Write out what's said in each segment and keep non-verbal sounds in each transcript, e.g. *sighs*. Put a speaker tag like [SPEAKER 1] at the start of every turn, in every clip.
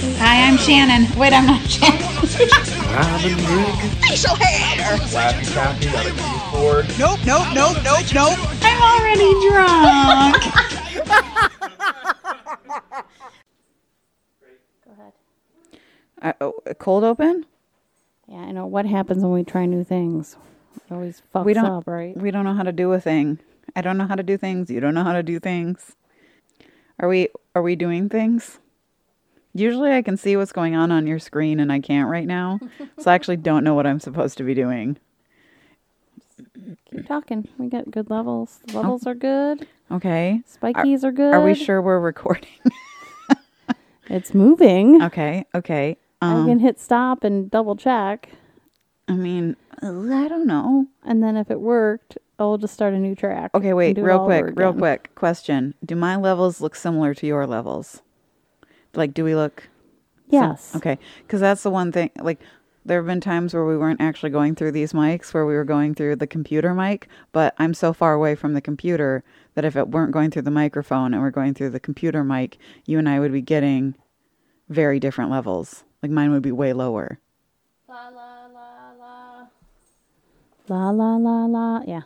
[SPEAKER 1] I'm Shannon. Wait, I'm not Shannon.
[SPEAKER 2] Robin Hood.
[SPEAKER 3] Facial hair.
[SPEAKER 4] Lappy Tappy on a keyboard.
[SPEAKER 3] Nope, nope, nope, nope, nope.
[SPEAKER 1] I'm already drunk.
[SPEAKER 5] Go ahead.
[SPEAKER 6] Uh, oh, a cold open?
[SPEAKER 5] Yeah, I know what happens when we try new things. It always fucks
[SPEAKER 6] We don't.
[SPEAKER 5] up, right?
[SPEAKER 6] We don't know how to do a thing. I don't know how to do things. You don't know how to do things. Are we? Are we doing things? Usually, I can see what's going on on your screen, and I can't right now. so I actually don't know what I'm supposed to be doing.
[SPEAKER 5] Keep talking. We got good levels. Levels are good.
[SPEAKER 6] Okay.
[SPEAKER 5] Spikies are, good.
[SPEAKER 6] Oh. Are we sure we're recording? *laughs*
[SPEAKER 5] It's moving.
[SPEAKER 6] okay. Okay.
[SPEAKER 5] I
[SPEAKER 6] Um.
[SPEAKER 5] can hit stop and double check.
[SPEAKER 6] I mean, uh, I don't know.
[SPEAKER 5] And then if it worked, I'll just start a new track.
[SPEAKER 6] Okay,
[SPEAKER 5] and
[SPEAKER 6] wait,
[SPEAKER 5] do it
[SPEAKER 6] real
[SPEAKER 5] all over
[SPEAKER 6] quick, real
[SPEAKER 5] again.
[SPEAKER 6] quick. Question: Do my levels look similar to your levels? Like, do we look?
[SPEAKER 5] Yes.
[SPEAKER 6] Okay, because that's the one thing. Like, there have been times where we weren't actually going through these mics, where we were going through the computer mic. But I'm so far away from the computer that if it weren't going through the microphone and we're going through the computer mic, you and I would be getting very different levels. Like mine would be way lower.
[SPEAKER 5] La la la la. Yeah.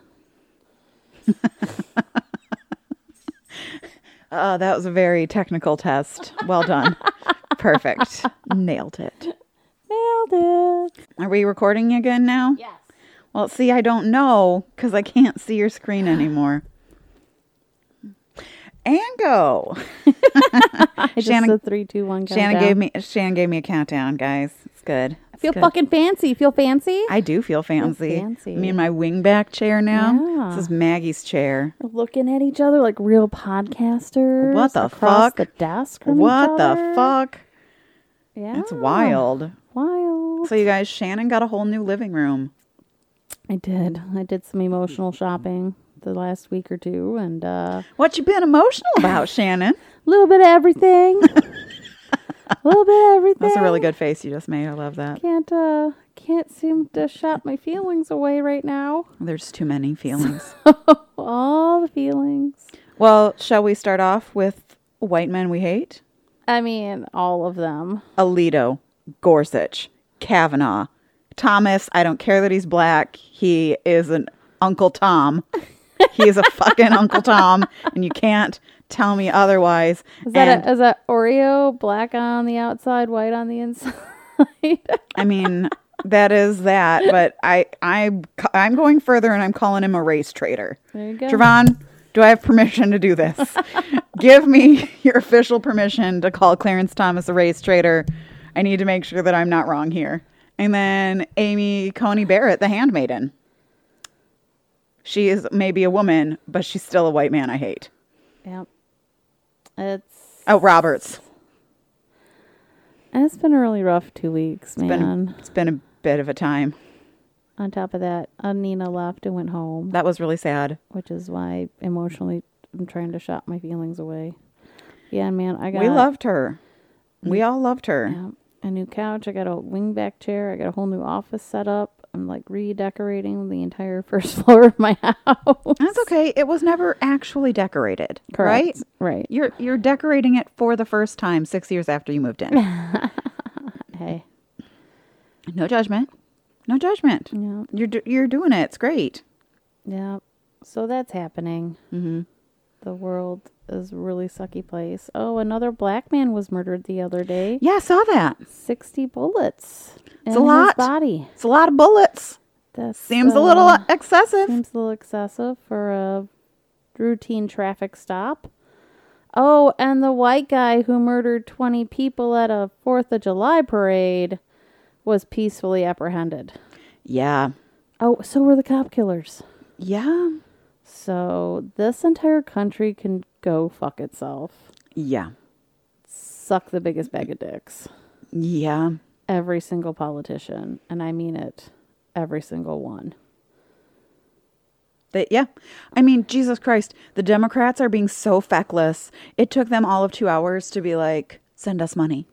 [SPEAKER 6] Oh, that was a very technical test. Well done. Perfect. Nailed it.
[SPEAKER 5] Nailed it.
[SPEAKER 6] Are we recording again now?
[SPEAKER 5] Yes.
[SPEAKER 6] Well, see, I don't know because I can't see your screen anymore. And go.
[SPEAKER 5] I just
[SPEAKER 6] Shannon-
[SPEAKER 5] said three, two, one.
[SPEAKER 6] Shannon
[SPEAKER 5] countdown.
[SPEAKER 6] gave me Shannon gave me a countdown, guys. It's good.
[SPEAKER 5] I
[SPEAKER 6] It's
[SPEAKER 5] Feel
[SPEAKER 6] good.
[SPEAKER 5] fucking fancy. Feel fancy.
[SPEAKER 6] I do feel fancy.
[SPEAKER 5] fancy.
[SPEAKER 6] Me and my wingback chair now.
[SPEAKER 5] Yeah.
[SPEAKER 6] This is Maggie's chair.
[SPEAKER 5] We're looking at each other like real podcasters.
[SPEAKER 6] What the
[SPEAKER 5] across
[SPEAKER 6] fuck?
[SPEAKER 5] The desk. From
[SPEAKER 6] what
[SPEAKER 5] each
[SPEAKER 6] the
[SPEAKER 5] other.
[SPEAKER 6] fuck?
[SPEAKER 5] Yeah.
[SPEAKER 6] That's wild.
[SPEAKER 5] Wild.
[SPEAKER 6] So you guys, Shannon got a whole new living room.
[SPEAKER 5] I did. I did some emotional shopping the last week or two, and uh,
[SPEAKER 6] What you been emotional
[SPEAKER 5] *laughs*
[SPEAKER 6] about, Shannon?
[SPEAKER 5] a little bit of everything.
[SPEAKER 6] *laughs*
[SPEAKER 5] a little bit of everything.
[SPEAKER 6] That's a really good face you just made. I love
[SPEAKER 5] *laughs*
[SPEAKER 6] that.
[SPEAKER 5] Can't uh, can't seem to shop my feelings away right now.
[SPEAKER 6] There's too
[SPEAKER 5] *laughs*
[SPEAKER 6] many feelings.
[SPEAKER 5] All the feelings.
[SPEAKER 6] Well, shall we start off with white men we hate?
[SPEAKER 5] I mean, all of them.
[SPEAKER 6] Alito, Gorsuch, Kavanaugh, Thomas. I don't care that he's black. He is an Uncle Tom. he
[SPEAKER 5] *laughs*
[SPEAKER 6] is a fucking Uncle Tom, and you can't tell me otherwise.
[SPEAKER 5] Is that
[SPEAKER 6] and,
[SPEAKER 5] a, is that Oreo black on the outside, white on the inside? *laughs*
[SPEAKER 6] I mean, that is that. But I, I, I'm going further, and I'm calling him a race traitor.
[SPEAKER 5] there you go.
[SPEAKER 6] Javon, do I have permission to do
[SPEAKER 5] *laughs*
[SPEAKER 6] this? Give me your official permission to call Clarence Thomas a race traitor. I need to make sure that I'm not wrong here. And then Amy Coney Barrett, the handmaiden. She is maybe a woman, but she's still a white man I hate.
[SPEAKER 5] Yep. It's
[SPEAKER 6] Oh, Roberts.
[SPEAKER 5] it's been a really rough two weeks, man.
[SPEAKER 6] Been, it's been a bit of a time.
[SPEAKER 5] On top of that, uh, Nina left and went home,
[SPEAKER 6] That was really sad.
[SPEAKER 5] which is why emotionally I'm trying to shop my feelings away. Yeah, man, I got
[SPEAKER 6] We loved her. We all loved her.
[SPEAKER 5] yeah, a new couch. I got a wingback chair. I got a whole new office set up. I'm like redecorating the entire *laughs* first floor of my house.
[SPEAKER 6] That's okay. It was never actually decorated, *laughs* right?
[SPEAKER 5] Correct. Right.
[SPEAKER 6] You're you're decorating it for the first time six years after you moved in.
[SPEAKER 5] Hey.
[SPEAKER 6] no judgment. No judgment.
[SPEAKER 5] Yeah.
[SPEAKER 6] You're do- you're doing it. It's great.
[SPEAKER 5] Yeah. So that's happening. Mm-hmm. The world is a really sucky place. Oh, another black man was murdered the other day.
[SPEAKER 6] Yeah, I saw that.
[SPEAKER 5] 60 bullets in
[SPEAKER 6] a lot.
[SPEAKER 5] his body.
[SPEAKER 6] It's a lot of bullets.
[SPEAKER 5] That
[SPEAKER 6] Seems a little uh, excessive.
[SPEAKER 5] uh, seems a little excessive for a routine traffic stop. Oh, and the white guy who murdered 20 people at a 4th of July parade was peacefully apprehended.
[SPEAKER 6] yeah.
[SPEAKER 5] Oh, so were the cop killers.
[SPEAKER 6] Yeah.
[SPEAKER 5] So this entire country can go fuck itself.
[SPEAKER 6] Yeah.
[SPEAKER 5] Suck the biggest bag of dicks.
[SPEAKER 6] Yeah.
[SPEAKER 5] Every single politician, and I mean it, every single one.
[SPEAKER 6] They, yeah. I mean, Jesus Christ, the Democrats are being so feckless. It took them all of two hours to be like, send us money.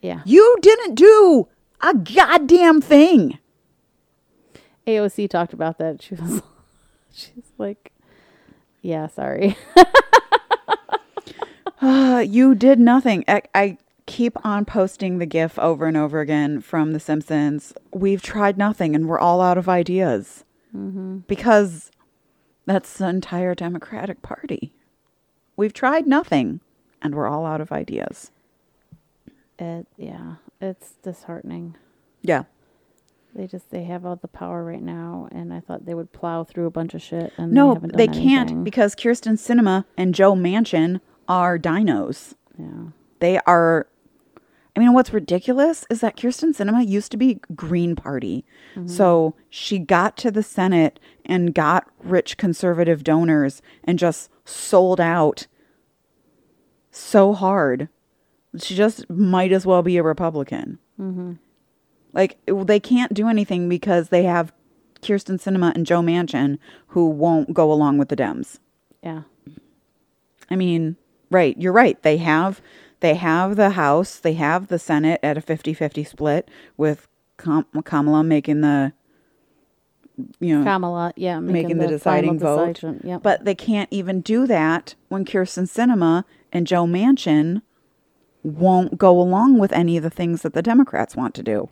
[SPEAKER 5] Yeah.
[SPEAKER 6] You didn't do a goddamn thing.
[SPEAKER 5] AOC talked about that. She was, *laughs* she's like, yeah, sorry. *laughs*
[SPEAKER 6] Uh, you did nothing. I, I keep on posting the GIF over and over again from The Simpsons. We've tried nothing and we're all out of ideas
[SPEAKER 5] Mm-hmm.
[SPEAKER 6] because that's the entire Democratic Party. We've tried nothing and we're all out of ideas.
[SPEAKER 5] It, yeah, it's disheartening.
[SPEAKER 6] Yeah.
[SPEAKER 5] They just they have all the power right now, and I thought they would plow through a bunch of shit. And
[SPEAKER 6] No,
[SPEAKER 5] they, haven't
[SPEAKER 6] they
[SPEAKER 5] done
[SPEAKER 6] can't
[SPEAKER 5] anything.
[SPEAKER 6] because Kirsten Cinema and Joe Manchin are dinos.
[SPEAKER 5] yeah,
[SPEAKER 6] They are. I mean, what's ridiculous is that Kirsten Cinema used to be Green Party, so she got to the Senate and got rich conservative donors and just sold out so hard. She just might as well be a Republican. Like it- they can't do anything because they have Kirsten Cinema and Joe Manchin who won't go along with the Dems.
[SPEAKER 5] yeah,
[SPEAKER 6] I mean, right, you're right. They have they have the House, they have the Senate at a 50-50 split with Kam- Kamala making the you know
[SPEAKER 5] Kamala, yeah,
[SPEAKER 6] Hmm. making, the, deciding
[SPEAKER 5] final
[SPEAKER 6] vote.
[SPEAKER 5] decision. Yep.
[SPEAKER 6] But they can't even do that when Kirsten Cinema and Joe Manchin won't go along with any of the things that the Democrats want to do.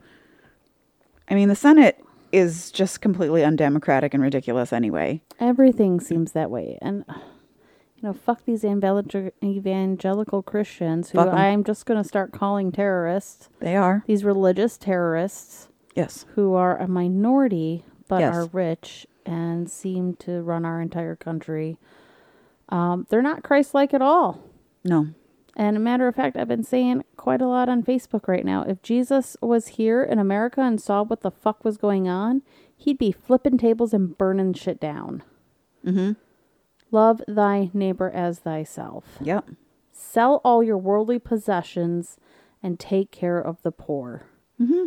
[SPEAKER 6] I mean, the Senate is just completely undemocratic and ridiculous anyway.
[SPEAKER 5] everything seems that way, and *sighs* ugh, you know, fuck these evangel- evangelical Christians who
[SPEAKER 6] Fuck 'em.
[SPEAKER 5] I'm just gonna start calling terrorists.
[SPEAKER 6] They are.
[SPEAKER 5] These religious terrorists
[SPEAKER 6] Yes.
[SPEAKER 5] who are a minority but
[SPEAKER 6] Yes.
[SPEAKER 5] are rich and seem to run our entire country. Um, they're not Christ-like at all.
[SPEAKER 6] No.
[SPEAKER 5] And a matter of fact, I've been saying quite a lot on Facebook right now. If Jesus was here in America and saw what the fuck was going on, he'd be flipping tables and burning shit down. Mm-hmm. Love thy neighbor as thyself.
[SPEAKER 6] Yep.
[SPEAKER 5] Sell all your worldly possessions and take care of the poor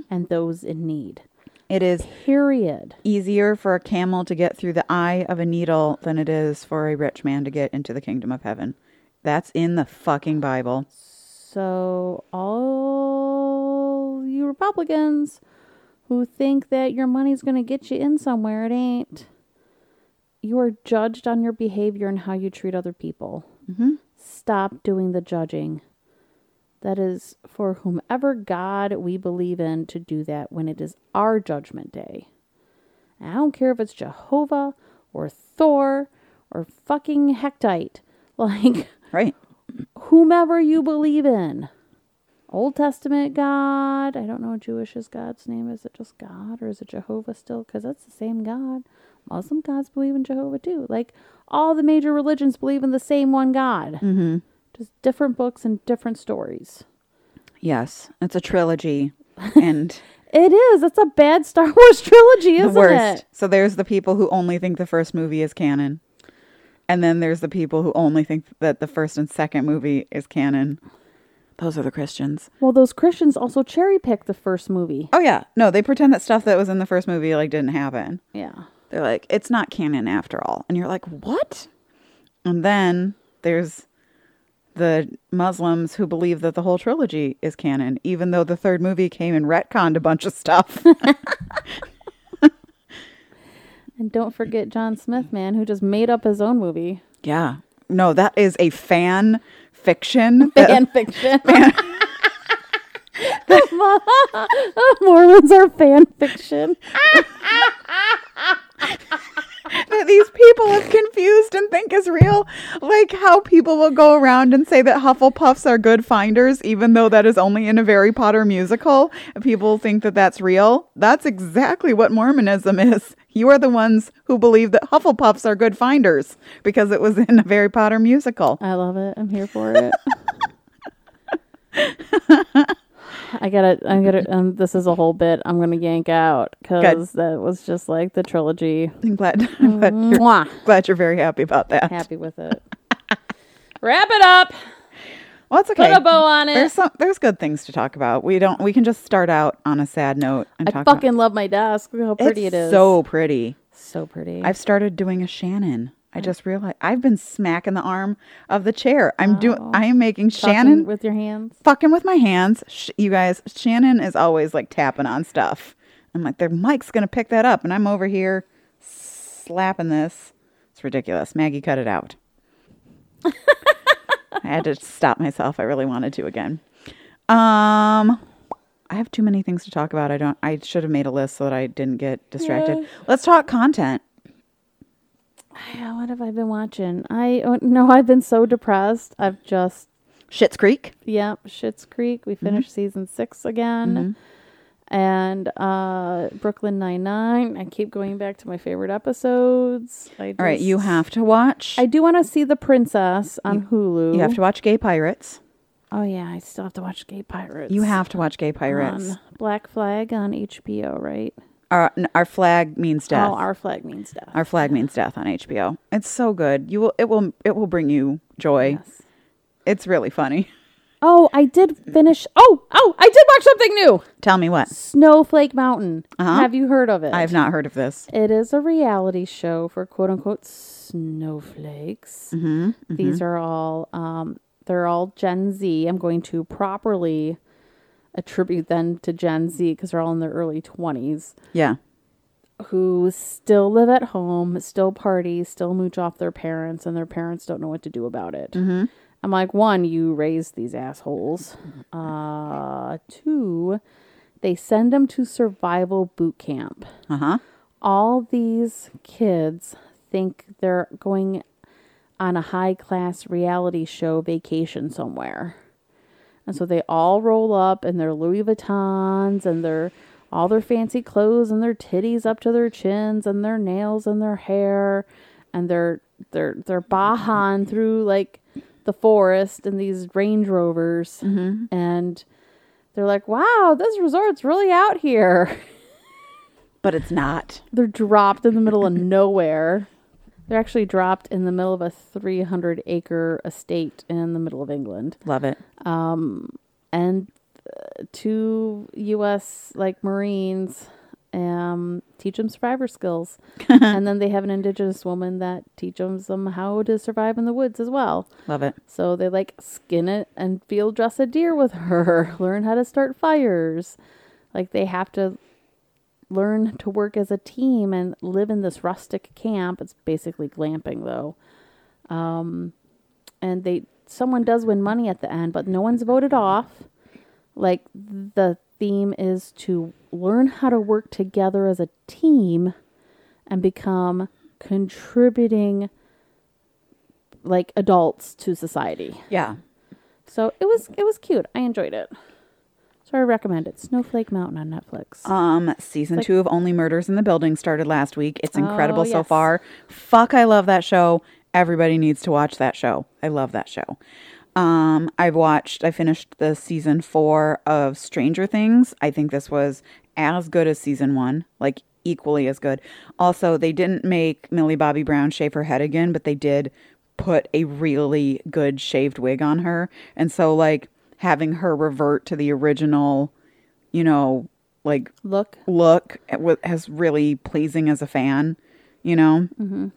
[SPEAKER 5] and those in need.
[SPEAKER 6] It is
[SPEAKER 5] Period.
[SPEAKER 6] easier for a camel to get through the eye of a needle than it is for a rich man to get into the kingdom of heaven. That's in the fucking Bible.
[SPEAKER 5] So, all you Republicans who think that your money's going to get you in somewhere, it ain't. You are judged on your behavior and how you treat other people. Stop doing the judging. That is for whomever God we believe in to do that when it is our judgment day. And I don't care if it's Jehovah or Thor or fucking Hectite. *laughs* Like,
[SPEAKER 6] Right.
[SPEAKER 5] whomever you believe in. Old Testament God. I don't know Jewish is God's name. Is it just God or is it Jehovah still? Because that's the same God. Muslim gods believe in Jehovah too. Like all the major religions believe in the same one God. Mm-hmm. Just different books and different stories.
[SPEAKER 6] Yes. It's a *laughs* trilogy. And
[SPEAKER 5] It is. It's a bad *laughs* Star Wars trilogy,
[SPEAKER 6] the
[SPEAKER 5] isn't
[SPEAKER 6] worst.
[SPEAKER 5] it?
[SPEAKER 6] So there's the people who only think the first movie is canon. And then there's the people who only think that the first and second movie is canon. Those are the Christians.
[SPEAKER 5] Well, those Christians also cherry picked the first movie.
[SPEAKER 6] Oh yeah. No, they pretend that stuff that was in the first movie like didn't happen.
[SPEAKER 5] Yeah.
[SPEAKER 6] They're like, it's not canon after all. And you're like, what? And then there's the Muslims who believe that the whole trilogy is canon, even though the third movie came and retconned a bunch of stuff. *laughs*
[SPEAKER 5] And don't forget John Smith, man, who just made up his own movie.
[SPEAKER 6] yeah. No, that is a fan fiction. that-
[SPEAKER 5] fan fiction. *laughs*
[SPEAKER 6] *laughs*
[SPEAKER 5] Mormons are fan fiction.
[SPEAKER 6] that these people have confused and think is real. Like how people will go around and say that Hufflepuffs are good finders, even though that is only in a Harry Potter musical. and People think that that's real. That's exactly what Mormonism is. You are the ones who believe that Hufflepuffs are good finders because it was in a Harry Potter musical.
[SPEAKER 5] I love it. I'm here for
[SPEAKER 6] *laughs*
[SPEAKER 5] it. I gotta, I'm gonna, um, this is a whole bit I'm gonna yank out because that was just like the trilogy.
[SPEAKER 6] I'm glad, *laughs* I'm glad, you're,
[SPEAKER 5] Mwah.
[SPEAKER 6] glad you're very happy about that.
[SPEAKER 5] Mm-hmm. Happy with it. Wrap it up.
[SPEAKER 6] Well, it's okay.
[SPEAKER 5] Put a bow on it.
[SPEAKER 6] There's some, there's good things to talk about. We don't we can just start out on a sad note and
[SPEAKER 5] I
[SPEAKER 6] talk
[SPEAKER 5] fucking love my desk. Look how
[SPEAKER 6] about
[SPEAKER 5] pretty
[SPEAKER 6] it's
[SPEAKER 5] it is.
[SPEAKER 6] So pretty.
[SPEAKER 5] so pretty.
[SPEAKER 6] I've started doing a Shannon.
[SPEAKER 5] Mm.
[SPEAKER 6] I just realized I've been smacking the arm of the chair. I'm doing. I am making
[SPEAKER 5] Oh. Talking
[SPEAKER 6] Shannon
[SPEAKER 5] with your hands.
[SPEAKER 6] fucking with my hands. Sh- you guys, Shannon is always like tapping on stuff. I'm like, their mic's gonna pick that up, and I'm over here slapping this. It's ridiculous. Maggie, cut it out. I had to stop myself. I really wanted to again. Um, I have too many things to talk about. I don't. I should have made a list so that I didn't get distracted.
[SPEAKER 5] Yeah.
[SPEAKER 6] Let's talk content.
[SPEAKER 5] Yeah, what have I been watching? I oh, no, I've been so depressed. I've just
[SPEAKER 6] Shit's Creek.
[SPEAKER 5] yep, Shit's Creek.
[SPEAKER 6] Mm-hmm.
[SPEAKER 5] We finished season six again, and uh Brooklyn Nine Nine. I keep going back to my favorite episodes. I
[SPEAKER 6] All right, you
[SPEAKER 5] just-
[SPEAKER 6] have to watch.
[SPEAKER 5] I do want to see The Princess on Hulu.
[SPEAKER 6] you have to watch Gay Pirates.
[SPEAKER 5] Oh yeah, I still have to watch Gay Pirates.
[SPEAKER 6] You have to watch Gay Pirates.
[SPEAKER 5] on Black Flag on HBO, right?
[SPEAKER 6] Our n- our flag means death.
[SPEAKER 5] Oh,
[SPEAKER 6] our-,
[SPEAKER 5] Our Flag Means Death.
[SPEAKER 6] flag means death on HBO. It's so good. You will. It will. It will bring you joy.
[SPEAKER 5] Yes.
[SPEAKER 6] It's really funny. *laughs*
[SPEAKER 5] Oh, I did finish. Oh, oh, I did watch something new.
[SPEAKER 6] Tell me what.
[SPEAKER 5] Snowflake Mountain.
[SPEAKER 6] Uh-huh.
[SPEAKER 5] Have you heard of it?
[SPEAKER 6] I have not heard of this.
[SPEAKER 5] It is a reality show for quote unquote snowflakes. These are all um, they're all Gen Z. I'm going to properly attribute them to Gen Z because they're all in their early 20s
[SPEAKER 6] Yeah.
[SPEAKER 5] who still live at home, still party, still mooch off their parents, and their parents don't know what to do about it. I'm like, one, you raise these assholes. Uh, two, they send them to survival boot camp.
[SPEAKER 6] Uh huh.
[SPEAKER 5] All these kids think they're going on a high class reality show vacation somewhere. And so they all roll up in their Louis Vuittons and their all their fancy clothes and their titties up to their chins and their nails and their hair and their their their bahan through like the forest and these Range Rovers and they're like, "Wow, this resort's really out here."
[SPEAKER 6] But it's not.
[SPEAKER 5] They're dropped in the middle of nowhere. They're actually dropped in the middle of a 300 acre estate in the middle of England.
[SPEAKER 6] Love it.
[SPEAKER 5] And uh, two US like Marines um teach them survivor skills. and then they have an indigenous woman that teaches them how to survive in the woods as well.
[SPEAKER 6] Love it.
[SPEAKER 5] So they like skin it and field dress a deer with her, *laughs* learn how to start fires. Like they have to learn to work as a team and live in this rustic camp. It's basically glamping though. Um and they someone does win money at the end, but no one's voted off. Like the theme is to learn how to work together as a team and become contributing like adults to society.
[SPEAKER 6] Yeah.
[SPEAKER 5] So it was it was cute. I enjoyed it. So I recommend it. Snowflake Mountain on Netflix.
[SPEAKER 6] Um, season two of Only Murders in the Building started last week. It's incredible so
[SPEAKER 5] yes.
[SPEAKER 6] far. Fuck, I love that show. Everybody needs to watch that show. I love that show. Um, I've watched. I finished the season four of Stranger Things. I think this was as good as season one, like equally as good. Also, they didn't make Millie Bobby Brown shave her head again, but they did put a really good shaved wig on her, and so like having her revert to the original, you know, like
[SPEAKER 5] Look,
[SPEAKER 6] look at what has really pleasing as a fan, you know. Mm-hmm.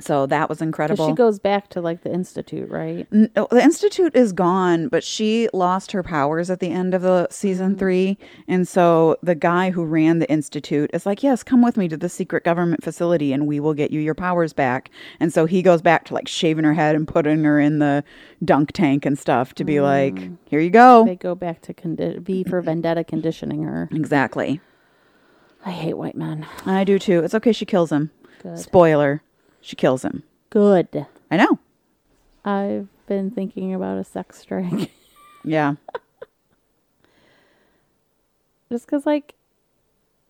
[SPEAKER 6] So that was
[SPEAKER 5] 'cause
[SPEAKER 6] incredible.
[SPEAKER 5] she goes back to like the institute, right?
[SPEAKER 6] N- oh, the institute is gone, but she lost her powers at the end of the season
[SPEAKER 5] Mm-hmm.
[SPEAKER 6] three, and so the guy who ran the institute is like, "Yes, come with me to the secret government facility, and we will get you your powers back." And so he goes back to like shaving her head and putting her in the dunk tank and stuff
[SPEAKER 5] Mm.
[SPEAKER 6] to be like, "Here you go."
[SPEAKER 5] They go back to condi- V for Vendetta conditioning her.
[SPEAKER 6] exactly.
[SPEAKER 5] I hate white men.
[SPEAKER 6] I do too. It's okay. She kills him.
[SPEAKER 5] Good.
[SPEAKER 6] Spoiler: she kills him.
[SPEAKER 5] Good.
[SPEAKER 6] I know.
[SPEAKER 5] I've been thinking about a sex strike. *laughs*
[SPEAKER 6] Yeah.
[SPEAKER 5] Just cuz like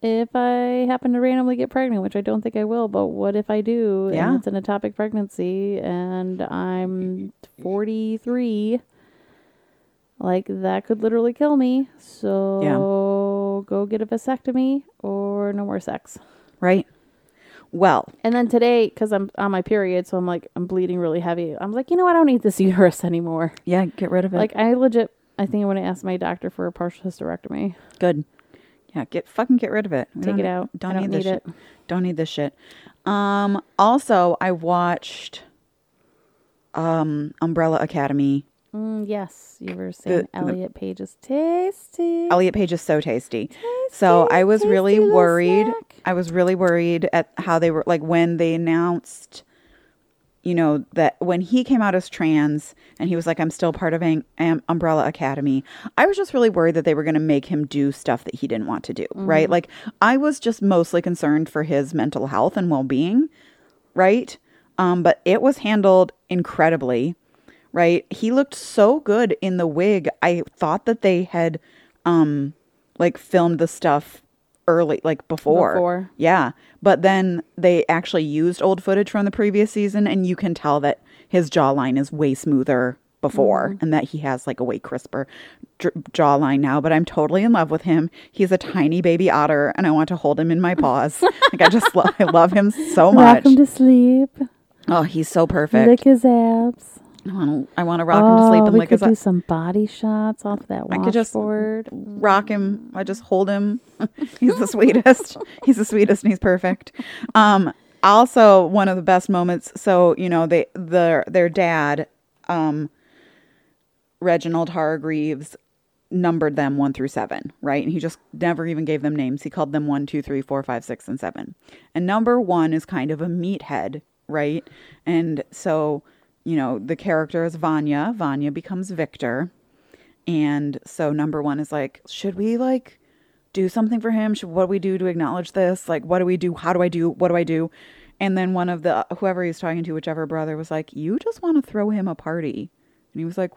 [SPEAKER 5] if I happen to randomly get pregnant, which I don't think I will, but what if I do
[SPEAKER 6] Yeah.
[SPEAKER 5] and it's an atopic pregnancy and I'm 43 like that could literally kill me. So go get a vasectomy or no more sex.
[SPEAKER 6] Right. Well,
[SPEAKER 5] And then today cuz I'm on my period, so I'm like I'm bleeding really heavy. I'm like, "You know what? I don't need this *laughs* uterus anymore."
[SPEAKER 6] yeah, get rid of it.
[SPEAKER 5] Like I legit I think I want to ask my doctor for a partial hysterectomy.
[SPEAKER 6] good. Yeah, get fucking get rid of it. We
[SPEAKER 5] Take it
[SPEAKER 6] don't-
[SPEAKER 5] out.
[SPEAKER 6] Don't need
[SPEAKER 5] I don't
[SPEAKER 6] this
[SPEAKER 5] need
[SPEAKER 6] shit. Don't need this shit. Um also I watched um Umbrella Academy.
[SPEAKER 5] Mm, yes, you were saying
[SPEAKER 6] the-
[SPEAKER 5] Elliot Page is tasty.
[SPEAKER 6] Elliot Page is so tasty. so
[SPEAKER 5] Tasty,
[SPEAKER 6] I was really
[SPEAKER 5] tasty little
[SPEAKER 6] worried.
[SPEAKER 5] snack.
[SPEAKER 6] I was really worried at how they were like when they announced you know, that when he came out as trans and he was like, I'm still part of an, um, Umbrella Academy, I was just really worried that they were going to make him do stuff that he didn't want to do,
[SPEAKER 5] Mm-hmm.
[SPEAKER 6] right? Like, I was just mostly concerned for his mental health and well being, right? Um, but it was handled incredibly, right? He looked so good in the wig. I thought that they had, um, like, filmed the stuff early, like before.
[SPEAKER 5] Before.
[SPEAKER 6] Yeah. But then they actually used old footage from the previous season, and you can tell that his jawline is way smoother before and that he has like a way crisper dr- jawline now. But I'm totally in love with him. He's a tiny baby otter, and I want to hold him in my paws. like, I just love, I love him so
[SPEAKER 5] *laughs* Rock
[SPEAKER 6] much.
[SPEAKER 5] him to sleep.
[SPEAKER 6] oh, he's so perfect.
[SPEAKER 5] Lick his abs.
[SPEAKER 6] I want to I wanna rock him to sleep
[SPEAKER 5] Oh,
[SPEAKER 6] and
[SPEAKER 5] we
[SPEAKER 6] lick
[SPEAKER 5] could
[SPEAKER 6] his
[SPEAKER 5] do some body shots off that
[SPEAKER 6] I could just-
[SPEAKER 5] washboard.
[SPEAKER 6] rock him. I just hold him. *laughs* he's the sweetest. *laughs* he's the sweetest and he's perfect. Um also one of the best moments so you know they the their dad um Reginald Hargreaves numbered them one through seven, right? And he just never even gave them names. He called them one, two, three, four, five, six, and seven. And number one is kind of a meathead, right? And so, you know, the character is Vanya. Vanya becomes Victor. And so number one is like, should we like do something for him? Should what do we do to acknowledge this? Like, what do we do? How do I do? What do I do? And then one of the whoever he's talking to, whichever brother, was like, you just want to throw him a party. And he was like,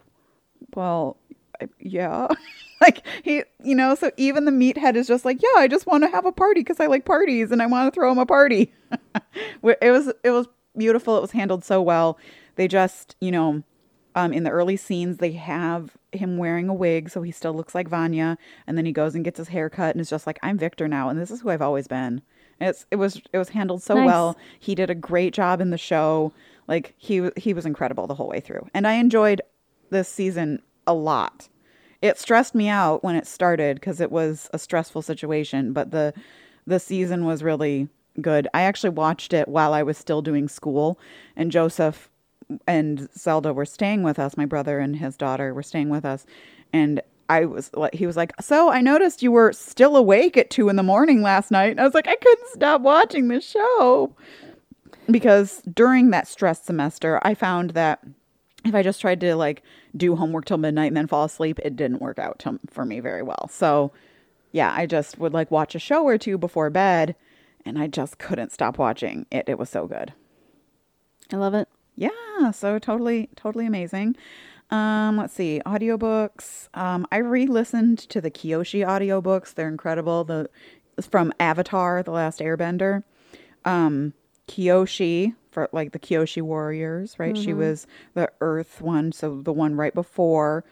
[SPEAKER 6] well, I- yeah. *laughs* like he, you know, so even the meathead is just like, yeah, I just want to have a party because I like parties and I want to throw him a party. *laughs* Wh- it was it was beautiful. It was handled so well. They just, you know, um, in the early scenes, they have him wearing a wig, so he still looks like Vanya, and then he goes and gets his hair cut and is just like, I'm Victor now, and this is who I've always been. And It's it was it was handled so
[SPEAKER 5] Nice.
[SPEAKER 6] well. He did a great job in the show. Like he w- he was incredible the whole way through, and I enjoyed this season a lot. It stressed me out when it started because it was a stressful situation, but the the season was really good. I actually watched it while I was still doing school, and Joseph and Zelda were staying with us. My brother and his daughter were staying with us, and I was like, he was like, so I noticed you were still awake at two in the morning last night, and I was like, I couldn't stop watching this show because during that stress semester, I found that if I just tried to like do homework till midnight and then fall asleep, it didn't work out to, for me very well. So, yeah, I just would like watch a show or two before bed, and I just couldn't stop watching it. It was so good.
[SPEAKER 5] I love it.
[SPEAKER 6] Yeah, so totally, totally amazing. Um, let's see, audiobooks. Um, I re-listened to the Kiyoshi audiobooks. They're incredible. The it's from Avatar: The Last Airbender. Um, Kiyoshi for like the Kiyoshi warriors, right? She was the Earth one, so the one right before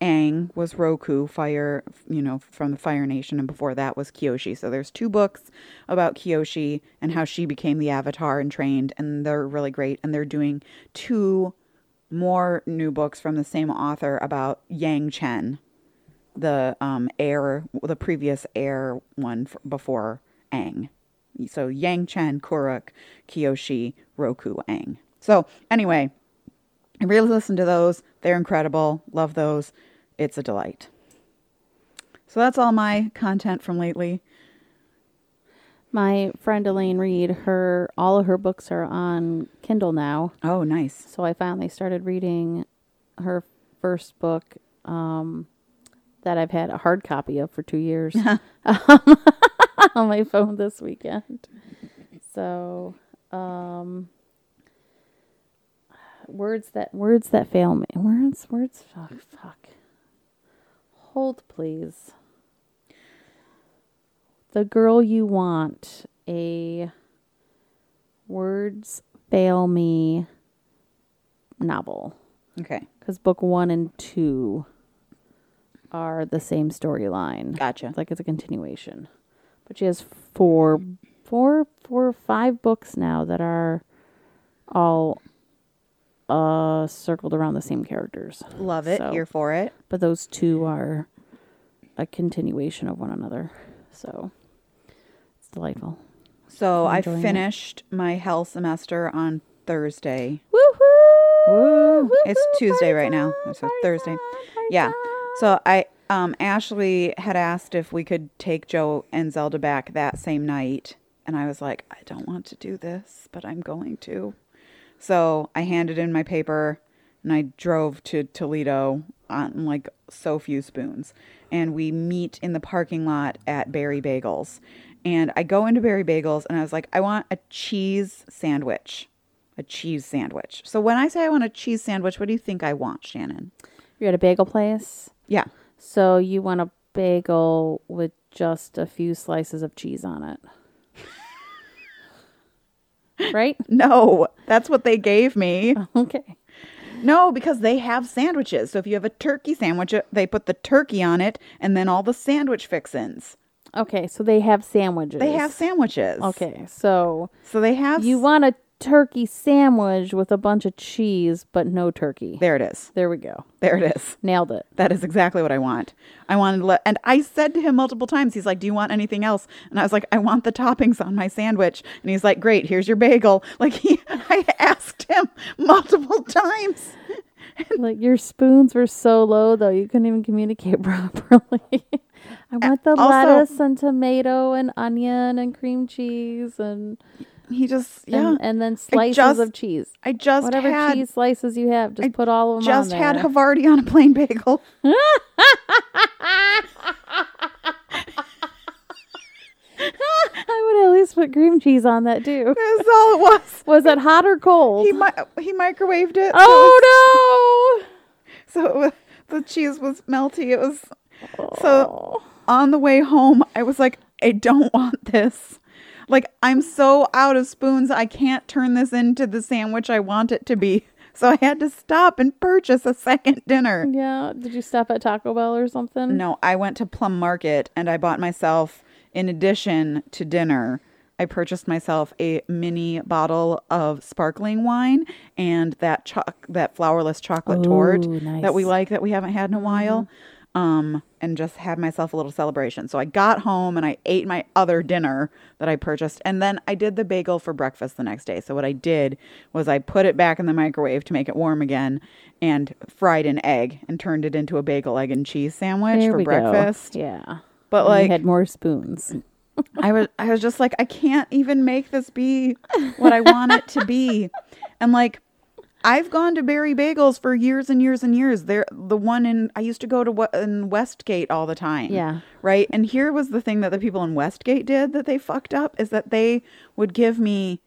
[SPEAKER 6] Aang was Roku, fire, you know, from the Fire Nation, and before that was Kyoshi. So there's two books about Kyoshi and how she became the Avatar and trained, and they're really great. And they're doing two more new books from the same author about Yang Chen, the um heir, the previous heir one f- before Aang. So Yang Chen, Korok, Kyoshi, Roku, Aang. So anyway, I really listened to those. They're incredible. Love those. It's a delight. So that's all my content from lately.
[SPEAKER 5] My friend Elaine Reed, her all of her books are on Kindle now.
[SPEAKER 6] Oh, nice.
[SPEAKER 5] So I finally started reading her first book um, that I've had a hard copy of for two years *laughs* on my phone this weekend. So, um, words that words that fail me. Words, words. Fuck, fuck. Hold, please. The girl you want. A words fail me novel
[SPEAKER 6] Okay.
[SPEAKER 5] because book one and two are the same storyline.
[SPEAKER 6] Gotcha.
[SPEAKER 5] It's like it's a continuation, but she has four, four, four, five books now that are all uh circled around the same characters.
[SPEAKER 6] Love it.
[SPEAKER 5] So-
[SPEAKER 6] Here for it.
[SPEAKER 5] but those two are a continuation of one another, so it's delightful.
[SPEAKER 6] So I
[SPEAKER 5] enjoying it.
[SPEAKER 6] finished my hell semester on Thursday.
[SPEAKER 5] Woohoo!
[SPEAKER 6] Woo! It's
[SPEAKER 5] Woohoo!
[SPEAKER 6] Tuesday
[SPEAKER 5] Party
[SPEAKER 6] right now.
[SPEAKER 5] time,
[SPEAKER 6] So
[SPEAKER 5] party
[SPEAKER 6] Thursday.
[SPEAKER 5] time, party
[SPEAKER 6] yeah.
[SPEAKER 5] time.
[SPEAKER 6] So I um Ashley had asked if we could take Joe and Zelda back that same night and I was like, I don't want to do this, but I'm going to. So I handed in my paper and I drove to Toledo on like so few spoons. And we meet in the parking lot at Barry Bagels. And I go into Barry Bagels and I was like, I want a cheese sandwich. A cheese sandwich. So when I say I want a cheese sandwich, what do you think I want, Shannon?
[SPEAKER 5] You're at a bagel place,
[SPEAKER 6] Yeah.
[SPEAKER 5] so you want a bagel with just a few slices of cheese
[SPEAKER 6] *laughs*
[SPEAKER 5] on it. right?
[SPEAKER 6] No, that's what they gave me.
[SPEAKER 5] Okay.
[SPEAKER 6] No, because they have sandwiches. So if you have a turkey sandwich, uh, they put the turkey on it and then all the sandwich fixins.
[SPEAKER 5] Okay, so they have sandwiches.
[SPEAKER 6] They have sandwiches.
[SPEAKER 5] Okay, so
[SPEAKER 6] So they have
[SPEAKER 5] you want a turkey sandwich with a bunch of cheese, but no turkey.
[SPEAKER 6] There it is.
[SPEAKER 5] There we go.
[SPEAKER 6] There it is.
[SPEAKER 5] Nailed it. *laughs*
[SPEAKER 6] That is exactly what I want. I wanted le- and I said to him multiple times. He's like, "Do you want anything else?" And I was like, "I want the toppings on my sandwich." And he's like, "Great, here's your bagel." *laughs* Like he I asked him multiple *laughs* times.
[SPEAKER 5] Like your spoons were so low though, you couldn't even communicate *laughs* properly. I want the
[SPEAKER 6] also-
[SPEAKER 5] lettuce and tomato and onion and cream cheese and
[SPEAKER 6] He just yeah.
[SPEAKER 5] and, and then slices
[SPEAKER 6] just-
[SPEAKER 5] of cheese.
[SPEAKER 6] I just
[SPEAKER 5] Whatever
[SPEAKER 6] had
[SPEAKER 5] cheese slices you have, just
[SPEAKER 6] I
[SPEAKER 5] put all of them
[SPEAKER 6] just
[SPEAKER 5] on
[SPEAKER 6] had
[SPEAKER 5] there.
[SPEAKER 6] Havarti on a plain bagel.
[SPEAKER 5] *laughs*
[SPEAKER 6] *laughs*
[SPEAKER 5] I would at least put cream cheese on that too.
[SPEAKER 6] *laughs* That's all it was.
[SPEAKER 5] Was it hot or cold?
[SPEAKER 6] He mi- he microwaved it. so
[SPEAKER 5] oh no!
[SPEAKER 6] so it was, the cheese was melty. It was so on the way home, I was like, I don't want this. Like I'm so out of spoons, I can't turn this into the sandwich I want it to be. So I had to stop and purchase a second dinner.
[SPEAKER 5] Yeah. Did you stop at Taco Bell or something?
[SPEAKER 6] No, I went to Plum Market and I bought myself, in addition to dinner, I purchased myself a mini bottle of sparkling wine and that choc that flourless chocolate tort
[SPEAKER 5] Ooh,
[SPEAKER 6] that we
[SPEAKER 5] nice.
[SPEAKER 6] like that we haven't had in a while.
[SPEAKER 5] Mm-hmm.
[SPEAKER 6] Um, and just had myself a little celebration. So I got home and I ate my other dinner that I purchased, and then I did the bagel for breakfast the next day. So what I did was I put it back in the microwave to make it warm again, and fried an egg and turned it into a bagel egg and cheese sandwich
[SPEAKER 5] There
[SPEAKER 6] for
[SPEAKER 5] we
[SPEAKER 6] breakfast.
[SPEAKER 5] Go. Yeah.
[SPEAKER 6] But,
[SPEAKER 5] And you
[SPEAKER 6] like-
[SPEAKER 5] had more spoons.
[SPEAKER 6] I was I was just like I can't even make this be what I want it to be. And like I've gone to Barry Bagels for years and years and years. They're the one in I used to go to we- in Westgate all the time.
[SPEAKER 5] Yeah.
[SPEAKER 6] Right? And here was the thing that the people in Westgate did that they fucked up is that they would give me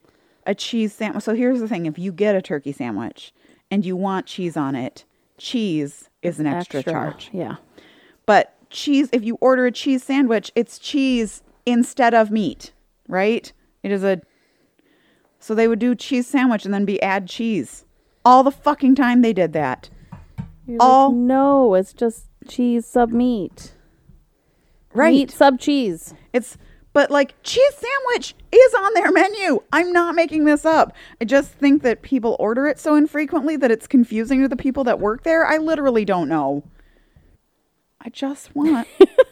[SPEAKER 6] a cheese sandwich. So here's the thing, if you get a turkey sandwich and you want cheese on it, cheese is an extra, charge.
[SPEAKER 5] Yeah.
[SPEAKER 6] But cheese, if you order a cheese sandwich, it's cheese instead of meat, right? It is a. So they would do cheese sandwich and then be add cheese. All the fucking time they did that.
[SPEAKER 5] You're
[SPEAKER 6] All-
[SPEAKER 5] like, no, it's just cheese sub meat.
[SPEAKER 6] Right.
[SPEAKER 5] Meat sub cheese.
[SPEAKER 6] It's. But like cheese sandwich is on their menu. I'm not making this up. I just think that people order it so infrequently that it's confusing to the people that work there. I literally don't know. I just want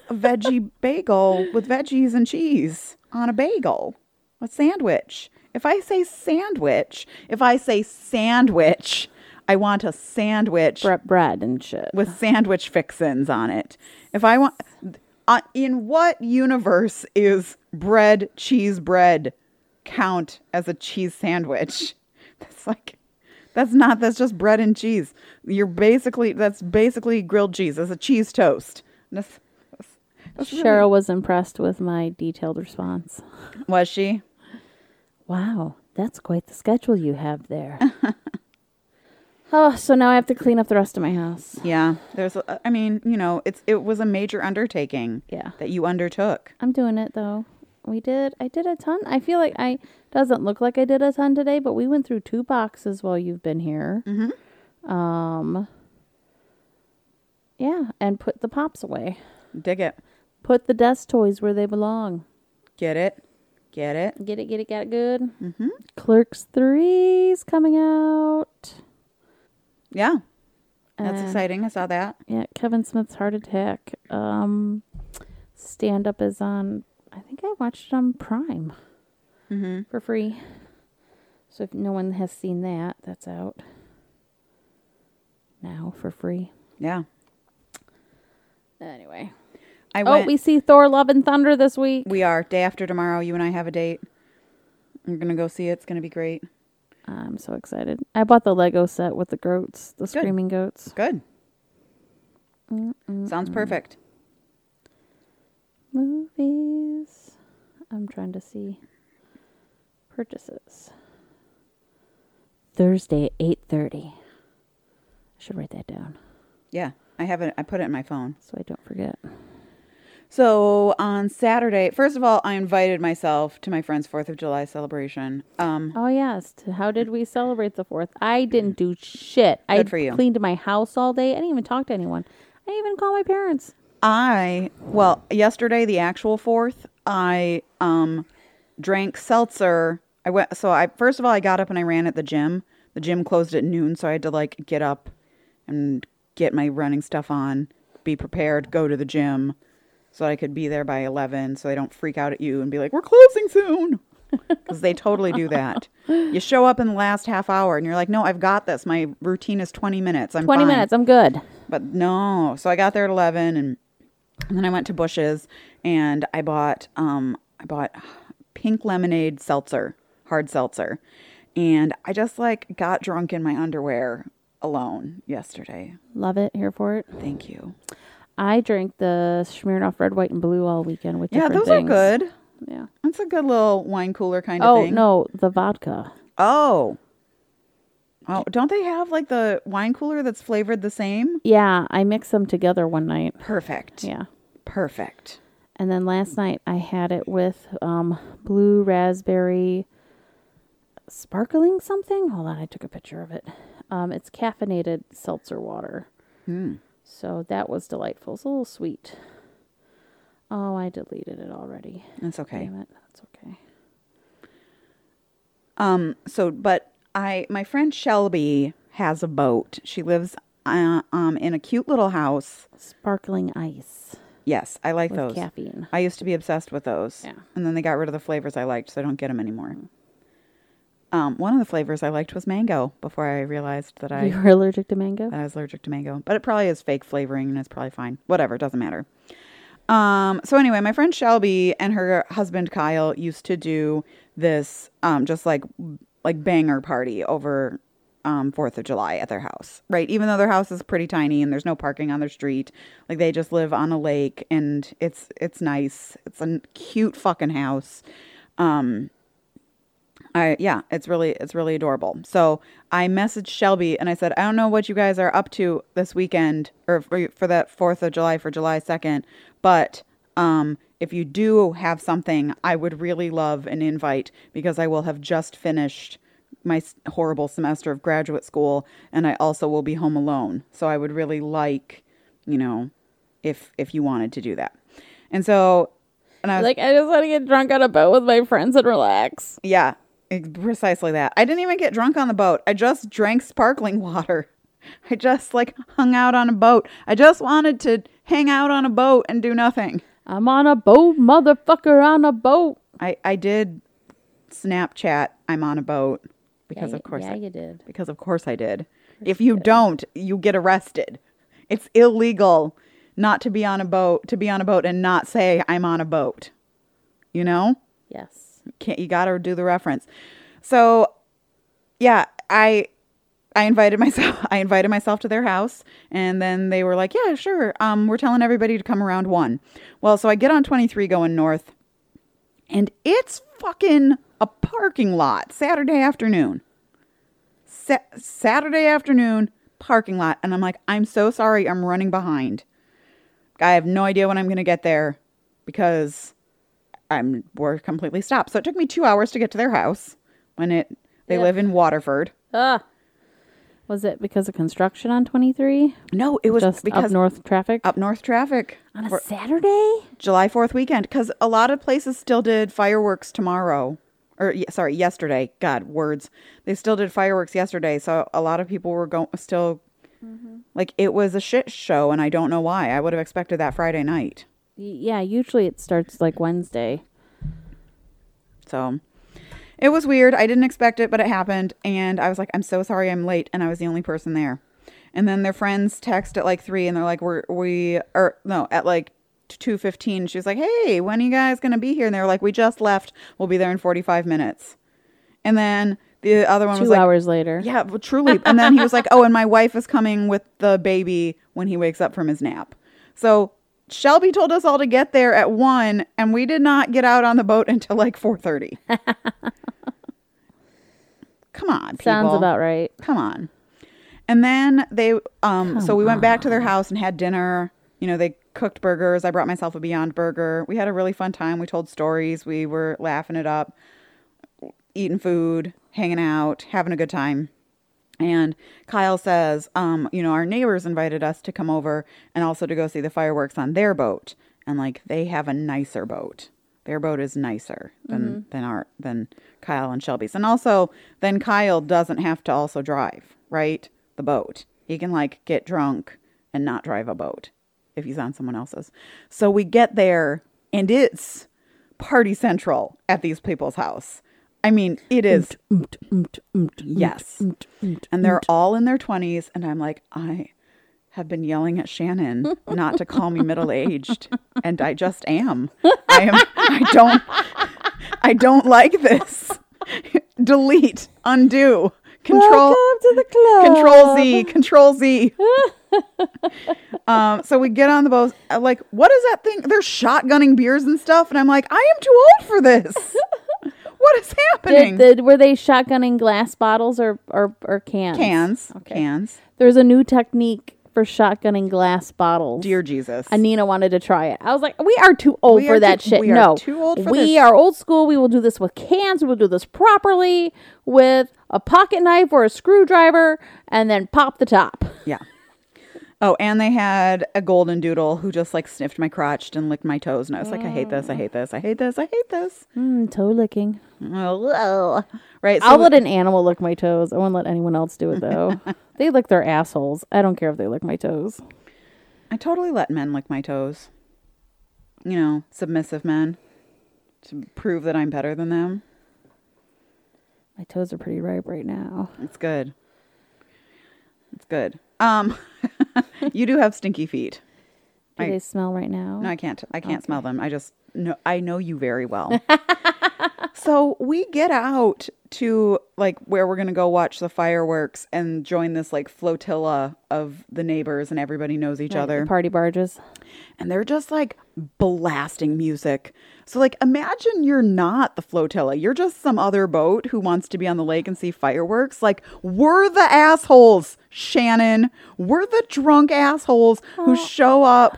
[SPEAKER 6] a veggie bagel with veggies and cheese on a bagel, a sandwich. If I say sandwich, if I say sandwich, I want a sandwich
[SPEAKER 5] Bre- bread and shit.
[SPEAKER 6] with sandwich fixins on it. If I want, uh, in what universe is bread, cheese, bread count as a cheese sandwich? *laughs* That's like, that's not, that's just bread and cheese. You're basically, that's basically grilled cheese as a cheese toast. That's- that's- that's really-
[SPEAKER 5] Cheryl was impressed with my detailed response.
[SPEAKER 6] was she?
[SPEAKER 5] Wow, that's quite the schedule you have there. *laughs* oh, so now I have to clean up the rest of my house.
[SPEAKER 6] Yeah. There's, a- I mean, you know, it's, it was a major undertaking
[SPEAKER 5] Yeah.
[SPEAKER 6] that you undertook.
[SPEAKER 5] I'm doing it though. We did. I did a ton. I feel like I doesn't look like I did a ton today, but we went through two boxes while you've been here. Mm-hmm. Um. Yeah, and put the pops away.
[SPEAKER 6] Dig it.
[SPEAKER 5] Put the desk toys where they belong.
[SPEAKER 6] Get it. Get it.
[SPEAKER 5] Get it, get it, get it good. Mm-hmm. Clerks three's coming out.
[SPEAKER 6] Yeah. That's
[SPEAKER 5] Uh,
[SPEAKER 6] exciting. I saw that.
[SPEAKER 5] Yeah, Kevin Smith's heart attack. Um, stand up is on. I think I watched it on Prime for free. So if no one has seen that, that's out now for free.
[SPEAKER 6] Yeah.
[SPEAKER 5] Anyway,
[SPEAKER 6] I
[SPEAKER 5] oh,
[SPEAKER 6] went,
[SPEAKER 5] we see Thor: Love and Thunder this week.
[SPEAKER 6] We are. Day after tomorrow, you and I have a date. I'm going to go see it. It's going to be great.
[SPEAKER 5] I'm so excited. I bought the Lego set with the goats, the screaming goats.
[SPEAKER 6] Good. Sounds perfect.
[SPEAKER 5] Movies. I'm trying to see purchases. Thursday, eight thirty. I should write that down
[SPEAKER 6] Yeah, I have it. I put it in my phone.
[SPEAKER 5] so I don't forget.
[SPEAKER 6] So on Saturday, first of all, I invited myself to my friend's Fourth of July celebration. Um,
[SPEAKER 5] Oh yes. T- How did we celebrate the fourth? I didn't do shit. I
[SPEAKER 6] Good for you.
[SPEAKER 5] cleaned my house all day. I didn't even talk to anyone. I didn't even call my parents.
[SPEAKER 6] I well, yesterday the actual fourth, I um drank seltzer. I went so I first of all I got up and I ran at the gym. The gym closed at noon, so I had to like get up and get my running stuff on, be prepared, go to the gym so I could be there by 11 so they don't freak out at you and be like, "We're closing soon." *laughs* Cuz they totally do that. You show up in the last half hour and you're like, "No, I've got this. My routine is 20 minutes. I'm
[SPEAKER 5] Twenty
[SPEAKER 6] fine."
[SPEAKER 5] minutes. I'm good.
[SPEAKER 6] But no, so I got there at eleven, and, and then I went to Bush's, and I bought um I bought pink lemonade seltzer, hard seltzer, and I just like got drunk in my underwear alone yesterday.
[SPEAKER 5] Love it. Here for it.
[SPEAKER 6] Thank you.
[SPEAKER 5] I drank the Smirnoff Red, White, and Blue all weekend with
[SPEAKER 6] Yeah,
[SPEAKER 5] different
[SPEAKER 6] those
[SPEAKER 5] things.
[SPEAKER 6] are good.
[SPEAKER 5] Yeah.
[SPEAKER 6] That's a good little wine cooler kind of
[SPEAKER 5] Oh
[SPEAKER 6] thing.
[SPEAKER 5] no, the vodka.
[SPEAKER 6] Oh. Oh, don't they have like the wine cooler that's flavored the same?
[SPEAKER 5] Yeah, I mixed them together one night.
[SPEAKER 6] Perfect.
[SPEAKER 5] Yeah.
[SPEAKER 6] Perfect.
[SPEAKER 5] And then last night I had it with um, blue raspberry sparkling something. Hold on, I took a picture of it. Um, it's caffeinated seltzer water. So that was delightful. It's a little sweet. Oh, I deleted it already.
[SPEAKER 6] That's okay.
[SPEAKER 5] Damn it. That's okay.
[SPEAKER 6] Um. So, but I, my friend Shelby has a boat. She lives uh, um in a cute little house.
[SPEAKER 5] Sparkling ice
[SPEAKER 6] Yes, I like
[SPEAKER 5] with
[SPEAKER 6] those.
[SPEAKER 5] caffeine.
[SPEAKER 6] I used to be obsessed with those.
[SPEAKER 5] Yeah.
[SPEAKER 6] And then they got rid of the flavors I liked, so I don't get them anymore. Um, one of the flavors I liked was mango. Before I realized that I
[SPEAKER 5] Mm. *laughs* You were allergic to mango?
[SPEAKER 6] that I was allergic to mango, but it probably is fake flavoring and it's probably fine. Whatever, it doesn't matter. Um, so anyway, my friend Shelby and her husband Kyle used to do this um, just like like banger party over um, Fourth of July at their house, right? Even though their house is pretty tiny and there's no parking on their street, like they just live on a lake and it's it's nice. It's a cute fucking house. I yeah, it's really it's really adorable. So I messaged Shelby and I said, I don't know what you guys are up to this weekend or for, for that Fourth of July for July second, but um, if you do have something, I would really love an invite because I will have just finished my s- horrible semester of graduate school and I also will be home alone. So I would really like, you know, if if you wanted to do that. And so and I was
[SPEAKER 5] Like, I just want to get drunk on a boat with my friends and relax.
[SPEAKER 6] yeah, ex- precisely that. I didn't even get drunk on the boat. I just drank sparkling *laughs* water. I just like hung out on a boat. I just wanted to hang out on a boat and do nothing.
[SPEAKER 5] I'm on a boat, motherfucker, on a boat.
[SPEAKER 6] I I did Snapchat I'm on a boat because
[SPEAKER 5] Yeah,
[SPEAKER 6] of course
[SPEAKER 5] yeah,
[SPEAKER 6] I,
[SPEAKER 5] you did.
[SPEAKER 6] Because of course I did. If you don't, you get arrested. It's illegal not to be on a boat, to be on a boat and not say I'm on a boat. You know?
[SPEAKER 5] Yes.
[SPEAKER 6] can't you gotta do the reference so yeah i i invited *laughs* myself i invited myself to their house and then they were like yeah sure um we're telling everybody to come around one well so i get on 23 going north and it's fucking a parking lot saturday afternoon Sa- saturday afternoon parking lot and i'm like i'm so sorry i'm running behind i have no idea when i'm gonna get there because I'm we're completely stopped. So it took me two hours to get to their house when it they
[SPEAKER 5] Yep.
[SPEAKER 6] live in Waterford.
[SPEAKER 5] Ah. Was it because of construction on 23?
[SPEAKER 6] No, it was
[SPEAKER 5] Just
[SPEAKER 6] because
[SPEAKER 5] up north traffic?
[SPEAKER 6] up north traffic.
[SPEAKER 5] on a
[SPEAKER 6] for
[SPEAKER 5] Saturday?
[SPEAKER 6] July Fourth weekend, because a lot of places still did fireworks tomorrow, or ye- sorry, yesterday. God, words. They still did fireworks yesterday, so a lot of people were going still.
[SPEAKER 5] Mm-hmm.
[SPEAKER 6] Like it was a shit show, and I don't know why. I would have expected that Friday night.
[SPEAKER 5] Y- yeah, usually it starts like Wednesday.
[SPEAKER 6] So it was weird. I didn't expect it, but it happened. And I was like, I'm so sorry I'm late. And I was the only person there. And then their friends text at like three and they're like, We're we or no, at like two fifteen. She was like, Hey, when are you guys gonna be here? And they were like, We just left. We'll be there in forty five minutes. And then the the other one
[SPEAKER 5] Two
[SPEAKER 6] was like,
[SPEAKER 5] hours later.
[SPEAKER 6] yeah, well, truly. And then he was like, oh, and my wife is coming with the baby when he wakes up from his nap. So Shelby told us all to get there at one, and we did not get out on the boat *laughs* until like four
[SPEAKER 5] *laughs*
[SPEAKER 6] thirty. Come on, people.
[SPEAKER 5] Sounds about right.
[SPEAKER 6] Come on. And then they, um, so we went back to their house and had dinner. You know, they cooked burgers. I brought myself a Beyond Burger. We had a really fun time. We told stories. We were laughing it up, eating food, hanging out, having a good time. And Kyle says, um, you know, our neighbors invited us to come over and also to go see the fireworks on their boat. And like they have a nicer boat. Their boat is nicer than than our than Kyle and Shelby's. And also then Kyle doesn't have to also drive, right? The boat. He can like get drunk and not drive a boat if he's on someone else's. So we get there and it's party central at these people's house. I mean, it is Yes. And they're
[SPEAKER 5] Mm.
[SPEAKER 6] all in their 20s. And I'm like, I have been yelling at Shannon not to call me middle aged. And I just am. I am I don't I don't like this. *laughs* Delete, undo, control
[SPEAKER 5] Welcome to the club.
[SPEAKER 6] Control Z, Control
[SPEAKER 5] *laughs*
[SPEAKER 6] Z. um, so we get on the boat. I'm like, what is that thing? They're shotgunning beers and stuff, and I'm like, I am too old for
[SPEAKER 5] *laughs*
[SPEAKER 6] this. what is happening?
[SPEAKER 5] Did, did, were they shotgunning glass bottles or, or, or cans?
[SPEAKER 6] cans, cans.
[SPEAKER 5] There's a new technique for shotgunning glass bottles.
[SPEAKER 6] Dear Jesus,
[SPEAKER 5] And Nina wanted to try it. I was like, we are too old
[SPEAKER 6] We
[SPEAKER 5] for
[SPEAKER 6] are
[SPEAKER 5] that
[SPEAKER 6] too-
[SPEAKER 5] shit.
[SPEAKER 6] we are
[SPEAKER 5] no.
[SPEAKER 6] too old for
[SPEAKER 5] we
[SPEAKER 6] this.
[SPEAKER 5] are old school. We will do this with cans. We will do this properly with a pocket knife or a screwdriver and then pop the top.
[SPEAKER 6] yeah. Oh, and they had a golden doodle who just like sniffed my crotch and licked my toes, and I was like, I hate this, I hate this, I hate this, I hate this. *laughs*
[SPEAKER 5] Mm, toe licking.
[SPEAKER 6] Oh, Right.
[SPEAKER 5] I'll let an animal lick my toes. I won't let anyone else do it *laughs* though. they lick their assholes. I don't care if they lick my toes.
[SPEAKER 6] I totally let men lick my toes. You know, submissive men to prove that I'm better than them.
[SPEAKER 5] My toes are pretty ripe right now.
[SPEAKER 6] It's good. It's good. Um, *laughs* you do have stinky feet.
[SPEAKER 5] Do
[SPEAKER 6] I-
[SPEAKER 5] they smell right now?
[SPEAKER 6] No, I can't. I can't smell them. I just know. I know you very
[SPEAKER 5] *laughs*
[SPEAKER 6] well. so we get out to like where we're gonna go watch the fireworks and join this like flotilla of the neighbors and everybody knows each
[SPEAKER 5] Right, the
[SPEAKER 6] other.
[SPEAKER 5] Party barges.
[SPEAKER 6] and they're just like blasting music. So like imagine you're not the flotilla. You're just some other boat who wants to be on the lake and see fireworks. Like we're the assholes, Shannon. We're the drunk assholes
[SPEAKER 5] Oh.
[SPEAKER 6] who show up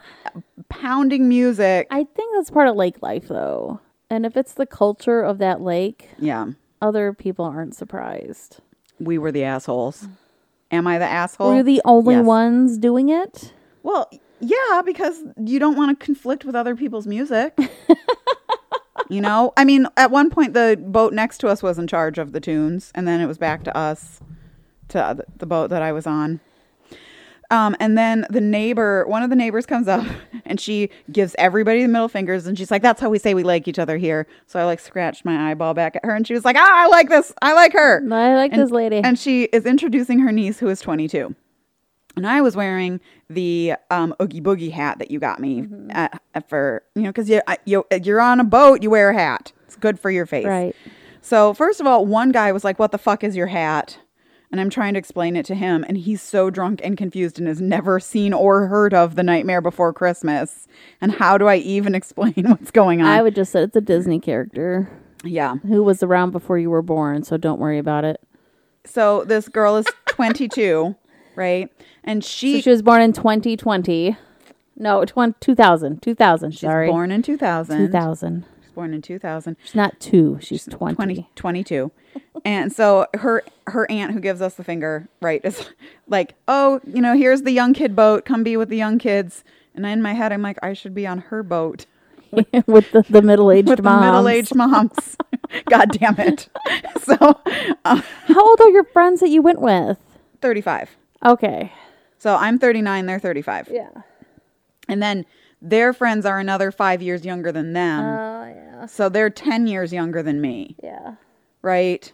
[SPEAKER 6] pounding music.
[SPEAKER 5] I think that's part of lake life though. And if it's the culture of that lake,
[SPEAKER 6] yeah.
[SPEAKER 5] other people aren't surprised.
[SPEAKER 6] We were the assholes. Am I the asshole?
[SPEAKER 5] Were you the only
[SPEAKER 6] Yes.
[SPEAKER 5] ones doing it?
[SPEAKER 6] Well, yeah, because you don't want to conflict with other people's
[SPEAKER 5] *laughs*
[SPEAKER 6] music. you know, I mean, at one point the boat next to us was in charge of the tunes, and then it was back to us, to oth- the boat that I was on. Um, and then the neighbor, one of the neighbors comes up *laughs* and she gives everybody the middle fingers and she's like, that's how we say we like each other here. So I like scratched my eyeball back at her and she was like, ah, I like this. I like her.
[SPEAKER 5] I like
[SPEAKER 6] And-
[SPEAKER 5] this lady.
[SPEAKER 6] And she is introducing her niece who is 22. And I was wearing the um, Oogie Boogie hat that you got me
[SPEAKER 5] Mm-hmm.
[SPEAKER 6] at, at for, you know, because you, I- you, you're on a boat, you wear a hat. It's good for your face.
[SPEAKER 5] Right.
[SPEAKER 6] So, first of all, one guy was like, What the fuck is your hat? And I'm trying to explain it to him. And he's so drunk and confused and has never seen or heard of The Nightmare Before Christmas. And how do I even *laughs* explain what's going on?
[SPEAKER 5] I would just say it's a Disney character
[SPEAKER 6] yeah.
[SPEAKER 5] who was around before you were born, so don't worry about it.
[SPEAKER 6] So, this girl
[SPEAKER 5] *laughs*
[SPEAKER 6] is 22, right? And
[SPEAKER 5] So
[SPEAKER 6] she,
[SPEAKER 5] she was born in 2020. No, twen- 2000. 2000.
[SPEAKER 6] she's
[SPEAKER 5] sorry.
[SPEAKER 6] born in 2000.
[SPEAKER 5] 2000.
[SPEAKER 6] She's born in 2000.
[SPEAKER 5] She's not two. She's 20.
[SPEAKER 6] 20, 22. and so her her aunt who gives us the finger, right, is like, "Oh, you know, here's the young kid boat. Come be with the young kids." And in my head, I'm like, "I should be on her boat
[SPEAKER 5] *laughs* with the, the middle-aged
[SPEAKER 6] with
[SPEAKER 5] moms.
[SPEAKER 6] the middle-aged moms." *laughs* God damn it. *laughs* so, uh,
[SPEAKER 5] *laughs* How old are your friends that you went with?
[SPEAKER 6] 35.
[SPEAKER 5] Okay.
[SPEAKER 6] So, I'm 39, they're 35.
[SPEAKER 5] Yeah.
[SPEAKER 6] And then their friends are another 5 years younger than them.
[SPEAKER 5] Oh, yeah.
[SPEAKER 6] so, they're 10 years younger than me.
[SPEAKER 5] Yeah.
[SPEAKER 6] right?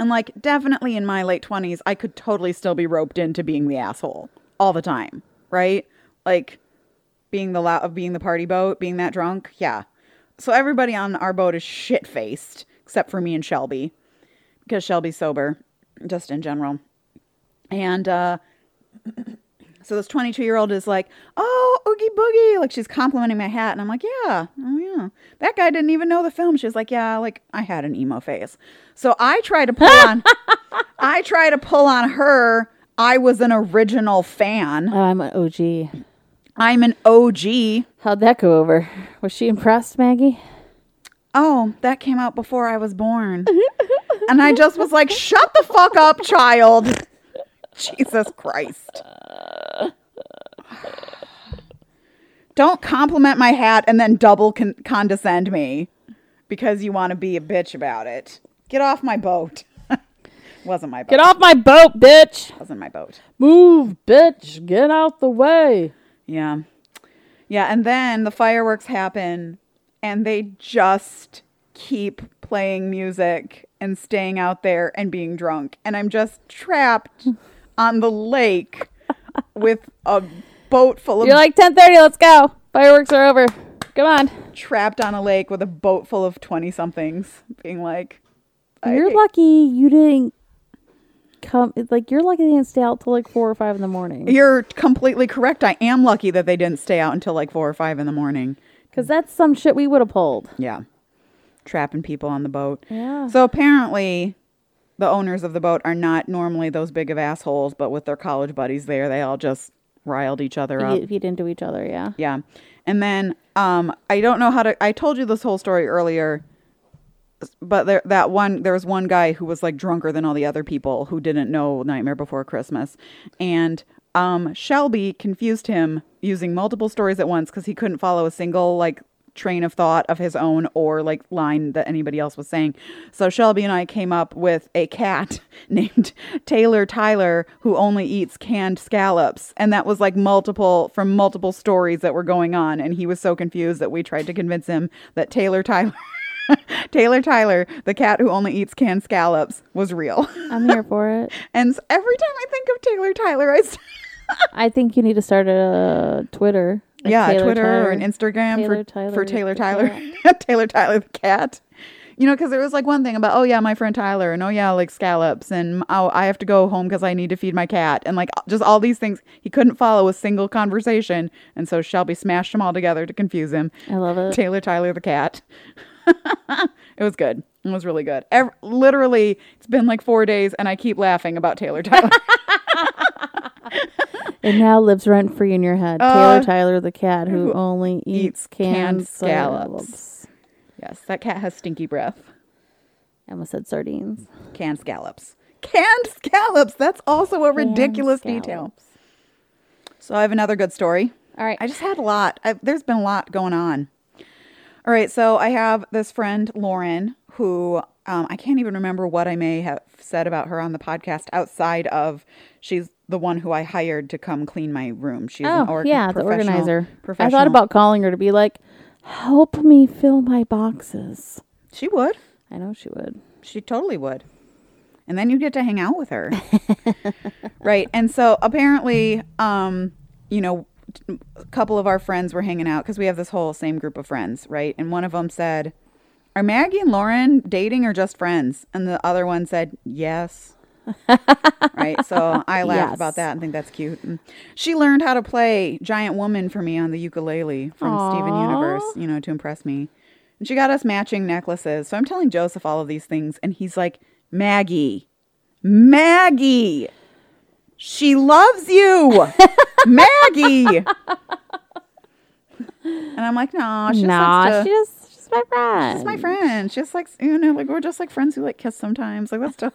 [SPEAKER 6] And like definitely in my late 20s, I could totally still be roped into being the asshole all the time, right? Like being the loud of being the party boat, being that drunk. Yeah. So everybody on our boat is shit-faced except for me and Shelby because Shelby's sober, just in general. And uh, *coughs* so this 22 year old is like, oh, Oogie Boogie. Like she's complimenting my hat. And I'm like, yeah, oh, yeah. That guy didn't even know the film. She was like, yeah, like I had an emo phase. So I try to pull on, I try to pull on her. I was an original fan.
[SPEAKER 5] Oh, I'm an OG.
[SPEAKER 6] I'm an OG.
[SPEAKER 5] How'd that go over? Was she impressed, Maggie?
[SPEAKER 6] Oh, that came out before I was born. and I just was like, shut the fuck up, child. Jesus Christ. Don't compliment my hat and then double con- condescend me because you want to be a bitch about it. Get off my boat. *laughs* Wasn't my boat.
[SPEAKER 5] Get off my boat, bitch!
[SPEAKER 6] Wasn't my boat.
[SPEAKER 5] Move, bitch! Get out the way!
[SPEAKER 6] Yeah. Yeah, and then the fireworks happen and they just keep playing music and staying out there and being drunk. And I'm just trapped on the lake with a boat full of
[SPEAKER 5] You're like 10:30. Let's go. Fireworks are over. Come on.
[SPEAKER 6] trapped on a lake with a boat full of 20 somethings being like I
[SPEAKER 5] You're
[SPEAKER 6] hate-
[SPEAKER 5] lucky you didn't come. Like you're lucky they didn't stay out till like four or five in the morning.
[SPEAKER 6] You're completely correct. I am lucky that they didn't stay out until like 4 or 5 in the morning.
[SPEAKER 5] Cause that's some shit we would have pulled.
[SPEAKER 6] Yeah. Trapping people on the boat.
[SPEAKER 5] Yeah.
[SPEAKER 6] So apparently, the owners of the boat are not normally those big of assholes, but with their college buddies there, they all just riled each other up.
[SPEAKER 5] If you didn't do each other, yeah.
[SPEAKER 6] Yeah. And then um, I don't know how to. I told you this whole story earlier, but there that one there was one guy who was like drunker than all the other people who didn't know Nightmare Before Christmas, and um, Shelby confused him using multiple stories at once because he couldn't follow a single like train of thought of his own or like line that anybody else was saying. So Shelby and I came up with a cat *laughs* named Taylor Tyler who only eats canned scallops and that was like multiple from multiple stories that were going on and he was so confused that we tried to convince him that Taylor Tyler *laughs* Taylor Tyler, the cat who only eats canned scallops, was real. *laughs*
[SPEAKER 5] I'm here for *laughs* it.
[SPEAKER 6] And s- every time I think of Taylor Tyler, I s-
[SPEAKER 5] I think you need to start a uh, Twitter. Like
[SPEAKER 6] yeah,
[SPEAKER 5] Taylor
[SPEAKER 6] Twitter
[SPEAKER 5] Tyler.
[SPEAKER 6] or an Instagram
[SPEAKER 5] Taylor
[SPEAKER 6] for
[SPEAKER 5] Tyler
[SPEAKER 6] for Taylor
[SPEAKER 5] the
[SPEAKER 6] Tyler, *laughs* Taylor Tyler the cat. You know, because there was like one thing about oh yeah, my friend Tyler, and oh yeah, like scallops, and oh I have to go home because I need to feed my cat, and like just all these things. He couldn't follow a single conversation, and so Shelby smashed them all together to confuse him.
[SPEAKER 5] I love
[SPEAKER 6] *laughs*
[SPEAKER 5] it.
[SPEAKER 6] Taylor Tyler the cat. *laughs* it was good. It was really good. Ev- literally, it's been like four days, and I keep laughing about Taylor
[SPEAKER 5] *laughs*
[SPEAKER 6] Tyler.
[SPEAKER 5] It now lives rent free in your head.
[SPEAKER 6] Uh,
[SPEAKER 5] Taylor Tyler the cat who only eats,
[SPEAKER 6] eats
[SPEAKER 5] canned,
[SPEAKER 6] canned
[SPEAKER 5] scallops.
[SPEAKER 6] scallops. yes, that cat has stinky breath.
[SPEAKER 5] Emma said sardines.
[SPEAKER 6] Canned scallops. Canned scallops. That's also a ridiculous
[SPEAKER 5] Canned
[SPEAKER 6] detail.
[SPEAKER 5] scallops.
[SPEAKER 6] So I have another good story.
[SPEAKER 5] All right.
[SPEAKER 6] I just had a lot. I, there's been a lot going on. All right. So I have this friend, Lauren, who um, I can't even remember what I may have said about her on the podcast outside of she's the one who I hired to come clean my room. She's
[SPEAKER 5] oh,
[SPEAKER 6] an org-
[SPEAKER 5] yeah, the
[SPEAKER 6] professional-
[SPEAKER 5] organizer. I
[SPEAKER 6] Professional.
[SPEAKER 5] thought about calling her to be like, help me fill my boxes.
[SPEAKER 6] She would.
[SPEAKER 5] I know she would.
[SPEAKER 6] She totally would. And then you get to hang out with *laughs* her. right. And so apparently, um, you know, t- a couple of our friends were hanging out because we have this whole same group of friends, right? And one of them said, Are Maggie and Lauren dating or just friends? And the other one said, *laughs* Yes. right. So I laughed
[SPEAKER 5] Yes.
[SPEAKER 6] about that and think that's cute. And she learned how to play Giant Woman for me on the ukulele from Steven Universe, you know, to impress me. And she got us matching necklaces. So I'm telling Joseph all of these things, and he's like, Maggie, Maggie, she loves you, Maggie. and I'm like, no, she just likes
[SPEAKER 5] Nah,
[SPEAKER 6] to-
[SPEAKER 5] she just, she's my friend.
[SPEAKER 6] she's my friend. She just likes, you know, like we're just like friends who like kiss sometimes. Like that's *laughs* stuff.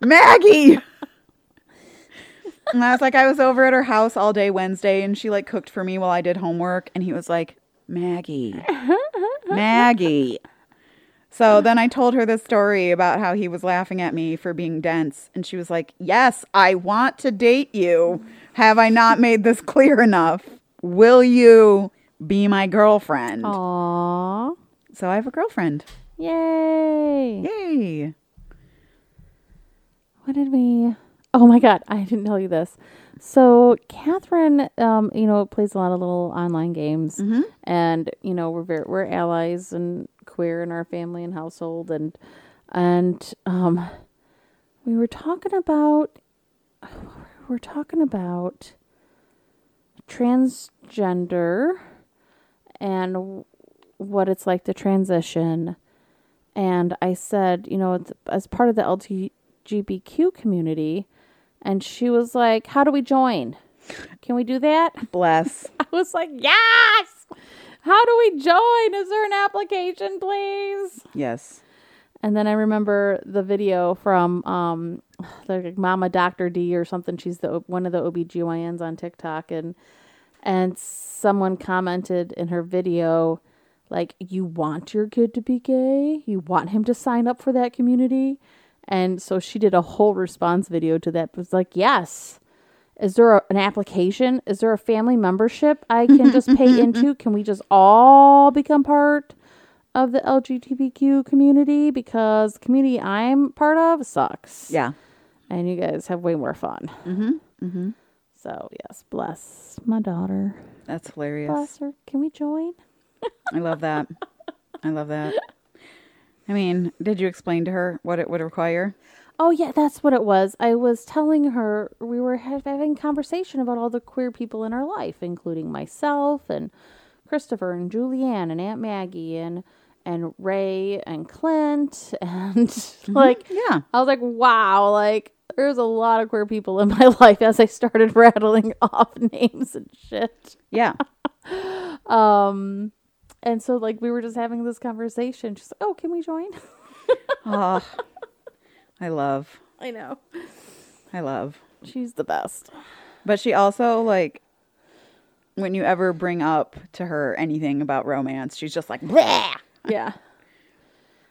[SPEAKER 6] Maggie. And I was like, I was over at her house all day Wednesday and she like cooked for me while I did homework. And he was like, *laughs* Maggie, Maggie. So then I told her this story about how he was laughing at me for being dense. And she was like, Yes, I want to date you. Have I not made this clear enough? Will you be my girlfriend?
[SPEAKER 5] Aw.
[SPEAKER 6] So I have a girlfriend.
[SPEAKER 5] Yay.
[SPEAKER 6] Yay.
[SPEAKER 5] What did we? Oh my God, I didn't tell you this. So Catherine, um, you know, plays a lot of little online games, and you know, we're very, we're allies and queer in our family and household, and and um, we were talking about we we're talking about transgender and w- what it's like to transition. And I said, you know, it's- as part of the LGBTQ community, and she was like, "How do we join? Can we do that?" *laughs*
[SPEAKER 6] Bless.
[SPEAKER 5] I was like, "Yes." How do we join? Is there an application, please?
[SPEAKER 6] yes.
[SPEAKER 5] And then I remember the video from um *sighs* they're like Mama Doctor D or something. She's the one of the OBGYNs on TikTok and and someone commented in her video like you want your kid to be gay? You want him to sign up for that community? And so she did a whole response video to that. It was like, "Yes. Is there a, an application? Is there a family membership I can just pay into? Can we just all become part of the LGBTQ community? Because the community I'm part of sucks.
[SPEAKER 6] Yeah.
[SPEAKER 5] And you guys have way more fun. Mm hmm. Mm hmm. So, yes, bless my daughter.
[SPEAKER 6] That's hilarious.
[SPEAKER 5] Bless her. Can we join?
[SPEAKER 6] I love that. I love that. I mean, did you explain to her what it would require?
[SPEAKER 5] Oh yeah, that's what it was. I was telling her we were ha- having conversation about all the queer people in our life, including myself and Christopher and Julianne and Aunt Maggie and and Ray and Clint *laughs* and like *laughs*
[SPEAKER 6] Yeah.
[SPEAKER 5] I was like, wow, like there's a lot of queer people in my *laughs* life as I started rattling *laughs* off names and shit.
[SPEAKER 6] Yeah.
[SPEAKER 5] Um and so like we were just having this conversation. She's like, "Oh, can we join?"
[SPEAKER 6] Oh, I love.
[SPEAKER 5] I know.
[SPEAKER 6] I love.
[SPEAKER 5] *laughs* She's the best.
[SPEAKER 6] But she also like when you ever bring up to her anything about romance, she's just like, Bleh!
[SPEAKER 5] yeah.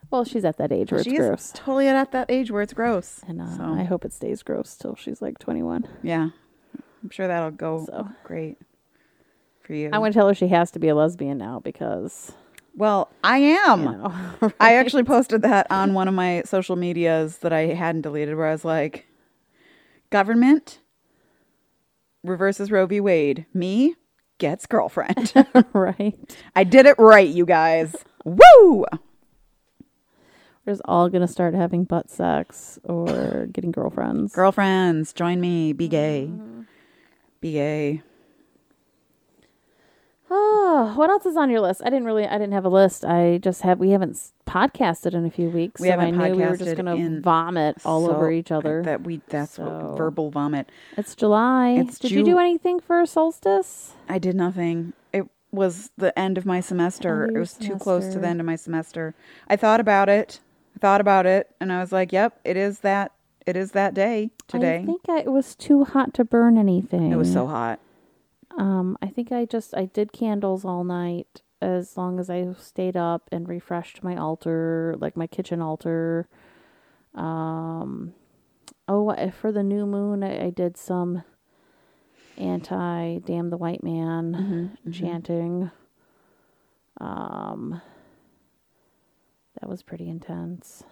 [SPEAKER 5] Well, she's at that age where
[SPEAKER 6] she
[SPEAKER 5] it's
[SPEAKER 6] is
[SPEAKER 5] gross.
[SPEAKER 6] totally at that age where it's gross.
[SPEAKER 5] And uh,
[SPEAKER 6] So,
[SPEAKER 5] I hope it stays gross till she's like 21.
[SPEAKER 6] yeah, I'm sure that'll go
[SPEAKER 5] So.
[SPEAKER 6] great for you.
[SPEAKER 5] I want to tell her she has to be a lesbian now because, *laughs*
[SPEAKER 6] well, I am.
[SPEAKER 5] you know. *laughs*
[SPEAKER 6] I actually posted that on one of my social medias that I hadn't deleted, where I was like, government reverses Roe v. Wade. Me gets
[SPEAKER 5] *laughs*
[SPEAKER 6] girlfriend.
[SPEAKER 5] right?
[SPEAKER 6] I did it right, you guys. Woo!
[SPEAKER 5] We're just all going to start having butt sex or getting girlfriends.
[SPEAKER 6] Girlfriends, join me. Be gay.
[SPEAKER 5] Mm-hmm.
[SPEAKER 6] Be gay.
[SPEAKER 5] Oh, *sighs* what else is on your list? I didn't really, I didn't have a list. I just have, we haven't s- podcasted in a few weeks.
[SPEAKER 6] We
[SPEAKER 5] so
[SPEAKER 6] haven't
[SPEAKER 5] I knew we were just
[SPEAKER 6] podcasted
[SPEAKER 5] going to
[SPEAKER 6] in
[SPEAKER 5] vomit all
[SPEAKER 6] So,
[SPEAKER 5] over each other.
[SPEAKER 6] That we that's
[SPEAKER 5] So-
[SPEAKER 6] what verbal vomit.
[SPEAKER 5] it's July.
[SPEAKER 6] It's
[SPEAKER 5] Did you do
[SPEAKER 6] Ju-
[SPEAKER 5] anything for solstice?
[SPEAKER 6] I did nothing. It was the end of my semester.
[SPEAKER 5] End of
[SPEAKER 6] it
[SPEAKER 5] your
[SPEAKER 6] was too close to
[SPEAKER 5] semester.
[SPEAKER 6] the end of my semester. I thought about it. I thought about it and I was like, "Yep, it is that it is that day today."
[SPEAKER 5] I think I, it was too hot to burn anything.
[SPEAKER 6] it was so hot.
[SPEAKER 5] Um, I think I just I did candles all night as long as I stayed up and refreshed my altar, like my kitchen altar. Um, oh, I- for the new moon, I, I did some anti damn the white man chanting. Um, that was pretty intense.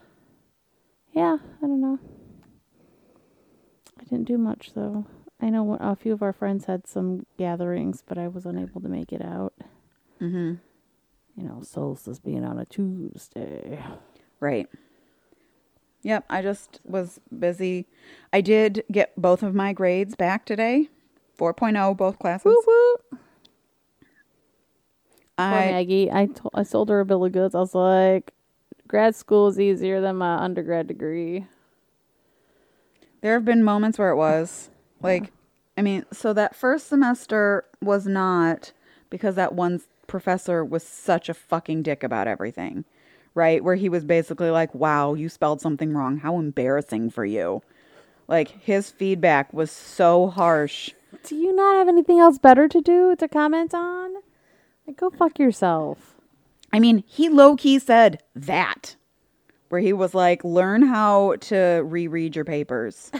[SPEAKER 5] Yeah, I don't know. I didn't do much though. I know one- a few of our friends had some gatherings, but I was unable to make it out. Mm-hmm.
[SPEAKER 6] Mhm.
[SPEAKER 5] You know, solstice being on a Tuesday.
[SPEAKER 6] Right. Yep, I just was busy. I did get both of my grades back today. 4.0 both classes.
[SPEAKER 5] Poor
[SPEAKER 6] I
[SPEAKER 5] Maggie. I told I sold her a bill of goods. I was like, grad school is easier than my undergrad degree.
[SPEAKER 6] There have been moments where it was like, I mean, so that first semester was not because that one s- professor was such a fucking dick about everything, right? Where he was basically like, wow, you spelled something wrong. How embarrassing for you. Like, his feedback was so harsh.
[SPEAKER 5] Do you not have anything else better to do to comment on? Like, go fuck yourself.
[SPEAKER 6] I mean, he low key said that, where he was like, learn how to reread your
[SPEAKER 5] *laughs*
[SPEAKER 6] papers.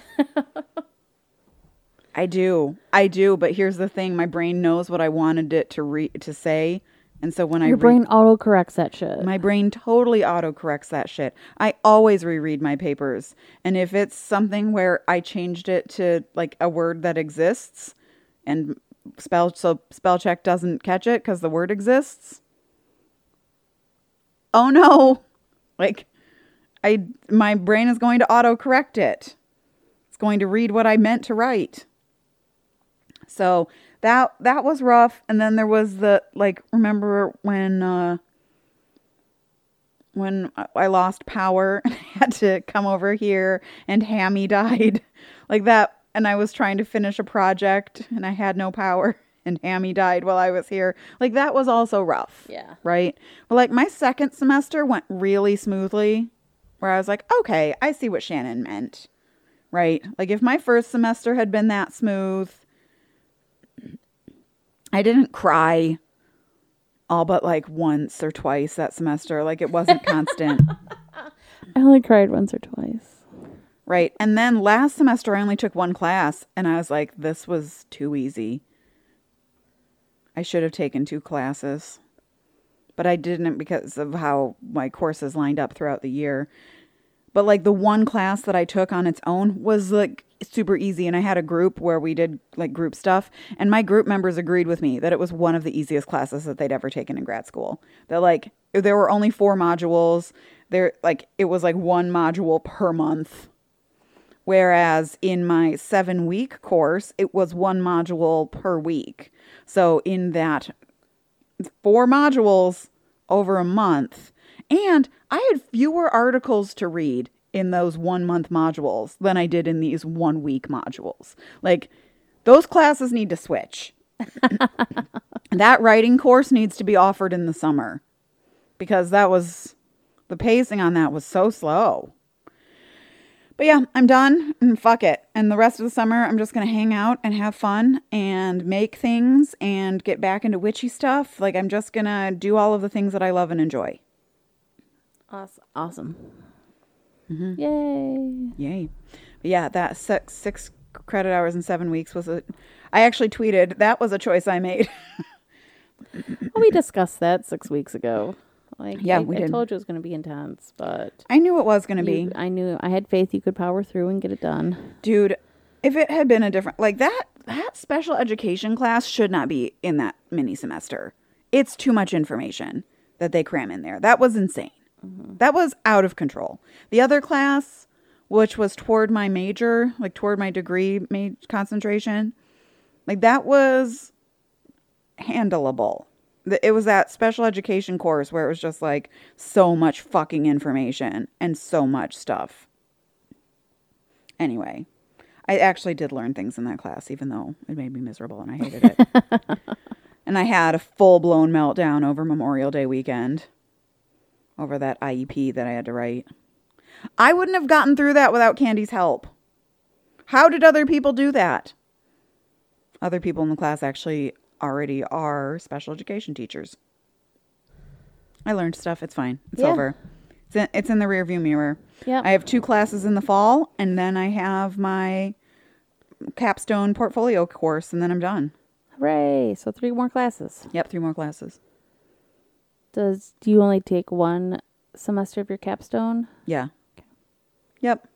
[SPEAKER 6] I do, I do, but here's the thing: my brain knows what I wanted it to re- to say, and so when I
[SPEAKER 5] Your
[SPEAKER 6] read,
[SPEAKER 5] brain autocorrects that shit.
[SPEAKER 6] my brain totally autocorrects that shit. I always reread my papers, and if it's something where I changed it to like a word that exists, and spell so spell check doesn't catch it because the word exists. Oh no! *laughs* Like I my brain is going to autocorrect it. It's going to read what I meant to write. So that that was rough. And then there was the like remember when uh when I- I lost power *laughs* and I had to come over here and Hammy *laughs* died. Like that and I was trying to finish a project and I had no power *laughs* and Hammy died while I was here. Like that was also rough.
[SPEAKER 5] Yeah.
[SPEAKER 6] Right? But like my second semester went really smoothly where I was like, "Okay, I see what Shannon meant." Right? Like if my first semester had been that smooth, I didn't cry all but like once or twice that semester. Like it wasn't constant.
[SPEAKER 5] I only cried once or twice.
[SPEAKER 6] Right. And then last semester, I only took one class and I was like, this was too easy. I should have taken two classes, but I didn't because of how my courses lined up throughout the year. But like the one class that I took on its own was like super easy. And I had a group where we did like group stuff. And my group members agreed with me that it was one of the easiest classes that they'd ever taken in grad school. That like there were only four modules. There, like, it was like one module per month. Whereas in my seven week course, it was one module per week. So in that four modules over a month. And I had fewer articles to read in those one month modules than I did in these one week modules. Like those classes need to switch. *laughs* that writing course needs to be offered in the summer because that was the pacing on that was so slow. But yeah, I'm done and fuck it. And the rest of the summer, I'm just going to hang out and have fun and make things and get back into witchy stuff. Like, I'm just going to do all of the things that I love and enjoy.
[SPEAKER 5] Awesome. Awesome.
[SPEAKER 6] Mm-hmm.
[SPEAKER 5] Yay.
[SPEAKER 6] Yay. But yeah, that six, six credit hours in seven weeks was a. I actually tweeted, that was a choice I made. *laughs*
[SPEAKER 5] Well, we discussed that six weeks ago. Like,
[SPEAKER 6] Yeah,
[SPEAKER 5] I,
[SPEAKER 6] we
[SPEAKER 5] I
[SPEAKER 6] did.
[SPEAKER 5] told you it was going to be intense, but
[SPEAKER 6] I knew it was going to be.
[SPEAKER 5] you- I knew I had faith you could power through and get it done.
[SPEAKER 6] Dude, if it had been a different. Like, that, that special education class should not be in that mini semester. It's too much information that they cram in there. That was insane. That was out of control. The other class, which was toward my major, like toward my degree ma- concentration, like that was handleable. Th- It was that special education course where it was just like so much fucking information and so much stuff. Anyway, I actually did learn things in that class, even though it made me miserable and I hated it. and I had a full blown meltdown over Memorial Day weekend over that IEP that I had to write. I wouldn't have gotten through that without Candy's help. How did other people do that? Other people in the class actually already are special education teachers. I learned stuff. It's fine. It's
[SPEAKER 5] Yeah.
[SPEAKER 6] over. It's in, it's in the rearview mirror.
[SPEAKER 5] Yep.
[SPEAKER 6] I have two classes in the fall, and then I have my capstone portfolio course, and then I'm done.
[SPEAKER 5] Hooray! So three more classes.
[SPEAKER 6] Yep, three more classes.
[SPEAKER 5] Does do you only take one semester of your capstone?
[SPEAKER 6] Yeah. Yep.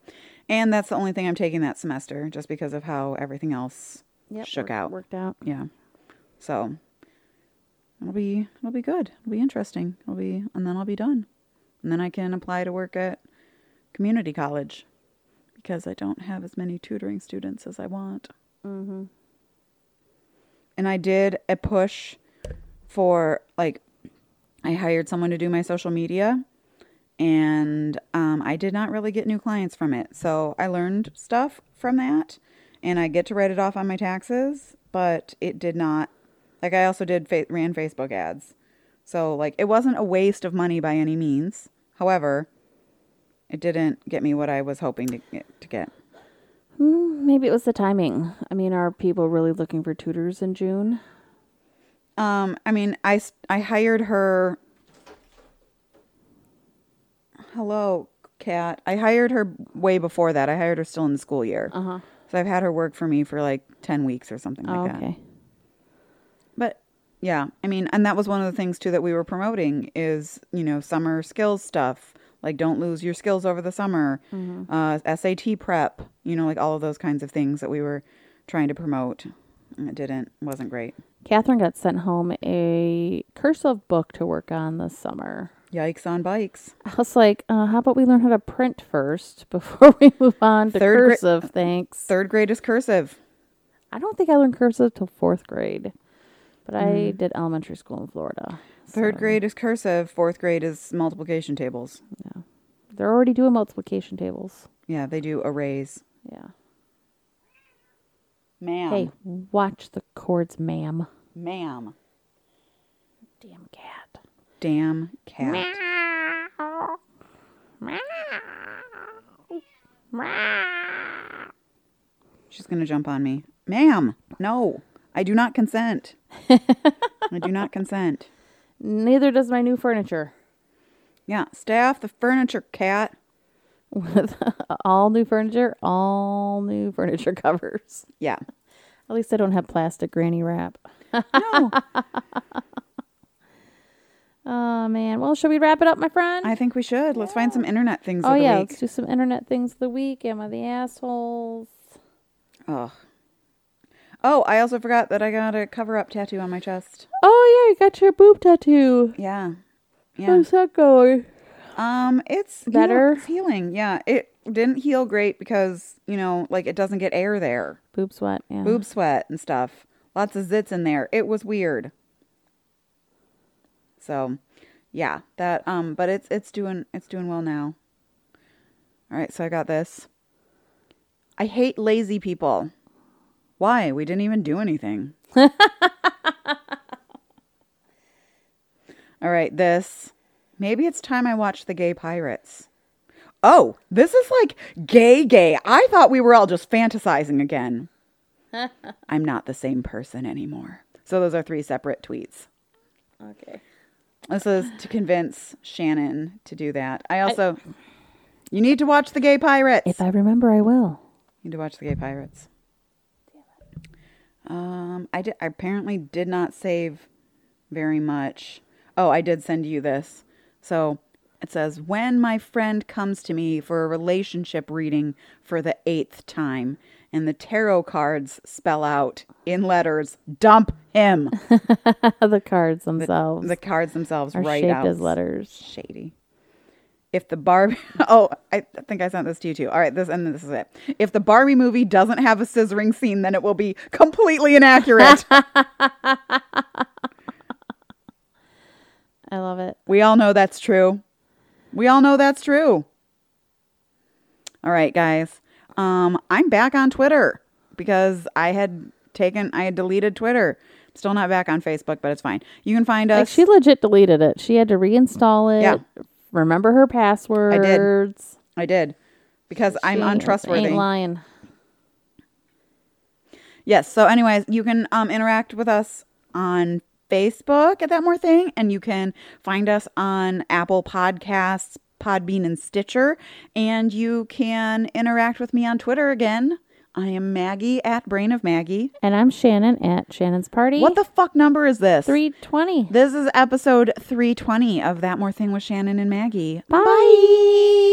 [SPEAKER 6] And that's the only thing I'm taking that semester, just because of how everything else shook
[SPEAKER 5] wor-
[SPEAKER 6] out.
[SPEAKER 5] Worked out.
[SPEAKER 6] Yeah. So it'll be it'll be good. It'll be interesting. It'll be and then I'll be done. And then I can apply to work at community college because I don't have as many tutoring students as I want. And I did a push for like I hired someone to do my social media and um, I did not really get new clients from it. So I learned stuff from that, and I get to write it off on my taxes. But it did not. Like I also did fa- ran Facebook ads, so like it wasn't a waste of money by any means. However, it didn't get me what I was hoping to get. To get.
[SPEAKER 5] Mm, Maybe it was the timing. I mean, are people really looking for tutors in June?
[SPEAKER 6] Um, I mean, I s- I hired her. Hello, Kat. I hired her way before that. I hired her still in the school year. Uh-huh. So I've had her work for me for like ten weeks or something like
[SPEAKER 5] Oh,
[SPEAKER 6] that.
[SPEAKER 5] okay.
[SPEAKER 6] But yeah, I mean, and that was one of the things too that we were promoting is you know summer skills stuff. Like, don't lose your skills over the summer.
[SPEAKER 5] Mm-hmm.
[SPEAKER 6] Uh, SAT prep. You know, like all of those kinds of things that we were trying to promote. And it didn't. wasn't great.
[SPEAKER 5] Catherine got sent home a cursive book to work on this summer.
[SPEAKER 6] Yikes on bikes.
[SPEAKER 5] I was like, uh, how about we learn how to print first *laughs* before we move on to
[SPEAKER 6] Third gra-
[SPEAKER 5] cursive? thanks.
[SPEAKER 6] Third grade is cursive.
[SPEAKER 5] I don't think I learned cursive till fourth grade, but I did elementary school in Florida.
[SPEAKER 6] Mm-hmm. Third grade is cursive. Fourth grade is multiplication tables.
[SPEAKER 5] They're already doing multiplication tables.
[SPEAKER 6] Yeah, they do arrays.
[SPEAKER 5] Yeah.
[SPEAKER 6] Ma'am.
[SPEAKER 5] Hey, watch the chords, ma'am.
[SPEAKER 6] Ma'am.
[SPEAKER 5] Damn cat.
[SPEAKER 6] Damn cat. She's going to jump on me. Ma'am. No. I do not consent. I do not consent.
[SPEAKER 5] Neither does my new furniture. *laughs*
[SPEAKER 6] Yeah, stay off the furniture, cat.
[SPEAKER 5] With all new furniture, all new furniture *laughs* covers.
[SPEAKER 6] Yeah.
[SPEAKER 5] At least I don't have plastic granny wrap.
[SPEAKER 6] No.
[SPEAKER 5] Oh man. Well, should we wrap it up, my friend?
[SPEAKER 6] I think we should. Let's find some internet things
[SPEAKER 5] oh
[SPEAKER 6] of the
[SPEAKER 5] yeah,
[SPEAKER 6] week.
[SPEAKER 5] let's do some internet things of the week. Am I the assholes?
[SPEAKER 6] Ugh. Oh, I also forgot that I got a cover up tattoo on my chest.
[SPEAKER 5] Oh yeah, you got your boob tattoo.
[SPEAKER 6] Yeah. Yeah.
[SPEAKER 5] How's that going?
[SPEAKER 6] Um, it's you know,
[SPEAKER 5] Better?
[SPEAKER 6] it's healing. Yeah. It didn't heal great because, you know, like it doesn't get air there.
[SPEAKER 5] Boob sweat. Yeah.
[SPEAKER 6] Boob sweat and stuff. Lots of zits in there. It was weird. So, yeah, that um but it's it's doing it's doing well now. All right, so I got this. I hate lazy people. Why? We didn't even do anything. All right, this. Maybe it's time I watch The Gay Pirates. Oh, this is like gay, gay. I thought we were all just fantasizing again. I'm not the same person anymore. So those are three separate tweets.
[SPEAKER 5] Okay.
[SPEAKER 6] This is to convince Shannon to do that. I also, you need to watch The Gay Pirates.
[SPEAKER 5] If I remember, I will.
[SPEAKER 6] Need to watch the Gay Pirates. Um, I did. I apparently did not save very much. Oh, I did send you this. So it says, "When my friend comes to me for a relationship reading for the eighth time, and the tarot cards spell out in letters, dump him."
[SPEAKER 5] *laughs* the cards themselves
[SPEAKER 6] the cards themselves
[SPEAKER 5] are
[SPEAKER 6] right
[SPEAKER 5] shaped
[SPEAKER 6] out
[SPEAKER 5] as letters.
[SPEAKER 6] shady. If the Barbie, *laughs* oh, I think I sent this to you too. All right, this and this is it. If the Barbie movie doesn't have a scissoring scene, then it will be completely
[SPEAKER 5] *laughs*
[SPEAKER 6] inaccurate.
[SPEAKER 5] I love it.
[SPEAKER 6] we all know that's true. We all know that's true. All right, guys. Um, I'm back on Twitter because I had taken, I had deleted Twitter. Still not back on Facebook, but it's fine. You can find
[SPEAKER 5] Like
[SPEAKER 6] us.
[SPEAKER 5] she legit deleted it. She had to reinstall it.
[SPEAKER 6] Yeah.
[SPEAKER 5] Remember her passwords.
[SPEAKER 6] I did because I'm
[SPEAKER 5] She
[SPEAKER 6] untrustworthy.
[SPEAKER 5] Ain't lying.
[SPEAKER 6] Yes. So, anyways, you can um, interact with us on Facebook at that more thing, and you can find us on Apple Podcasts, Podbean, and Stitcher. And you can interact with me on Twitter again. I am Maggie at Brain of Maggie.
[SPEAKER 5] And I'm Shannon at Shannon's party.
[SPEAKER 6] What the fuck number is this?
[SPEAKER 5] Three twenty.
[SPEAKER 6] This is episode 320 of That More Thing with Shannon and Maggie.
[SPEAKER 5] Bye.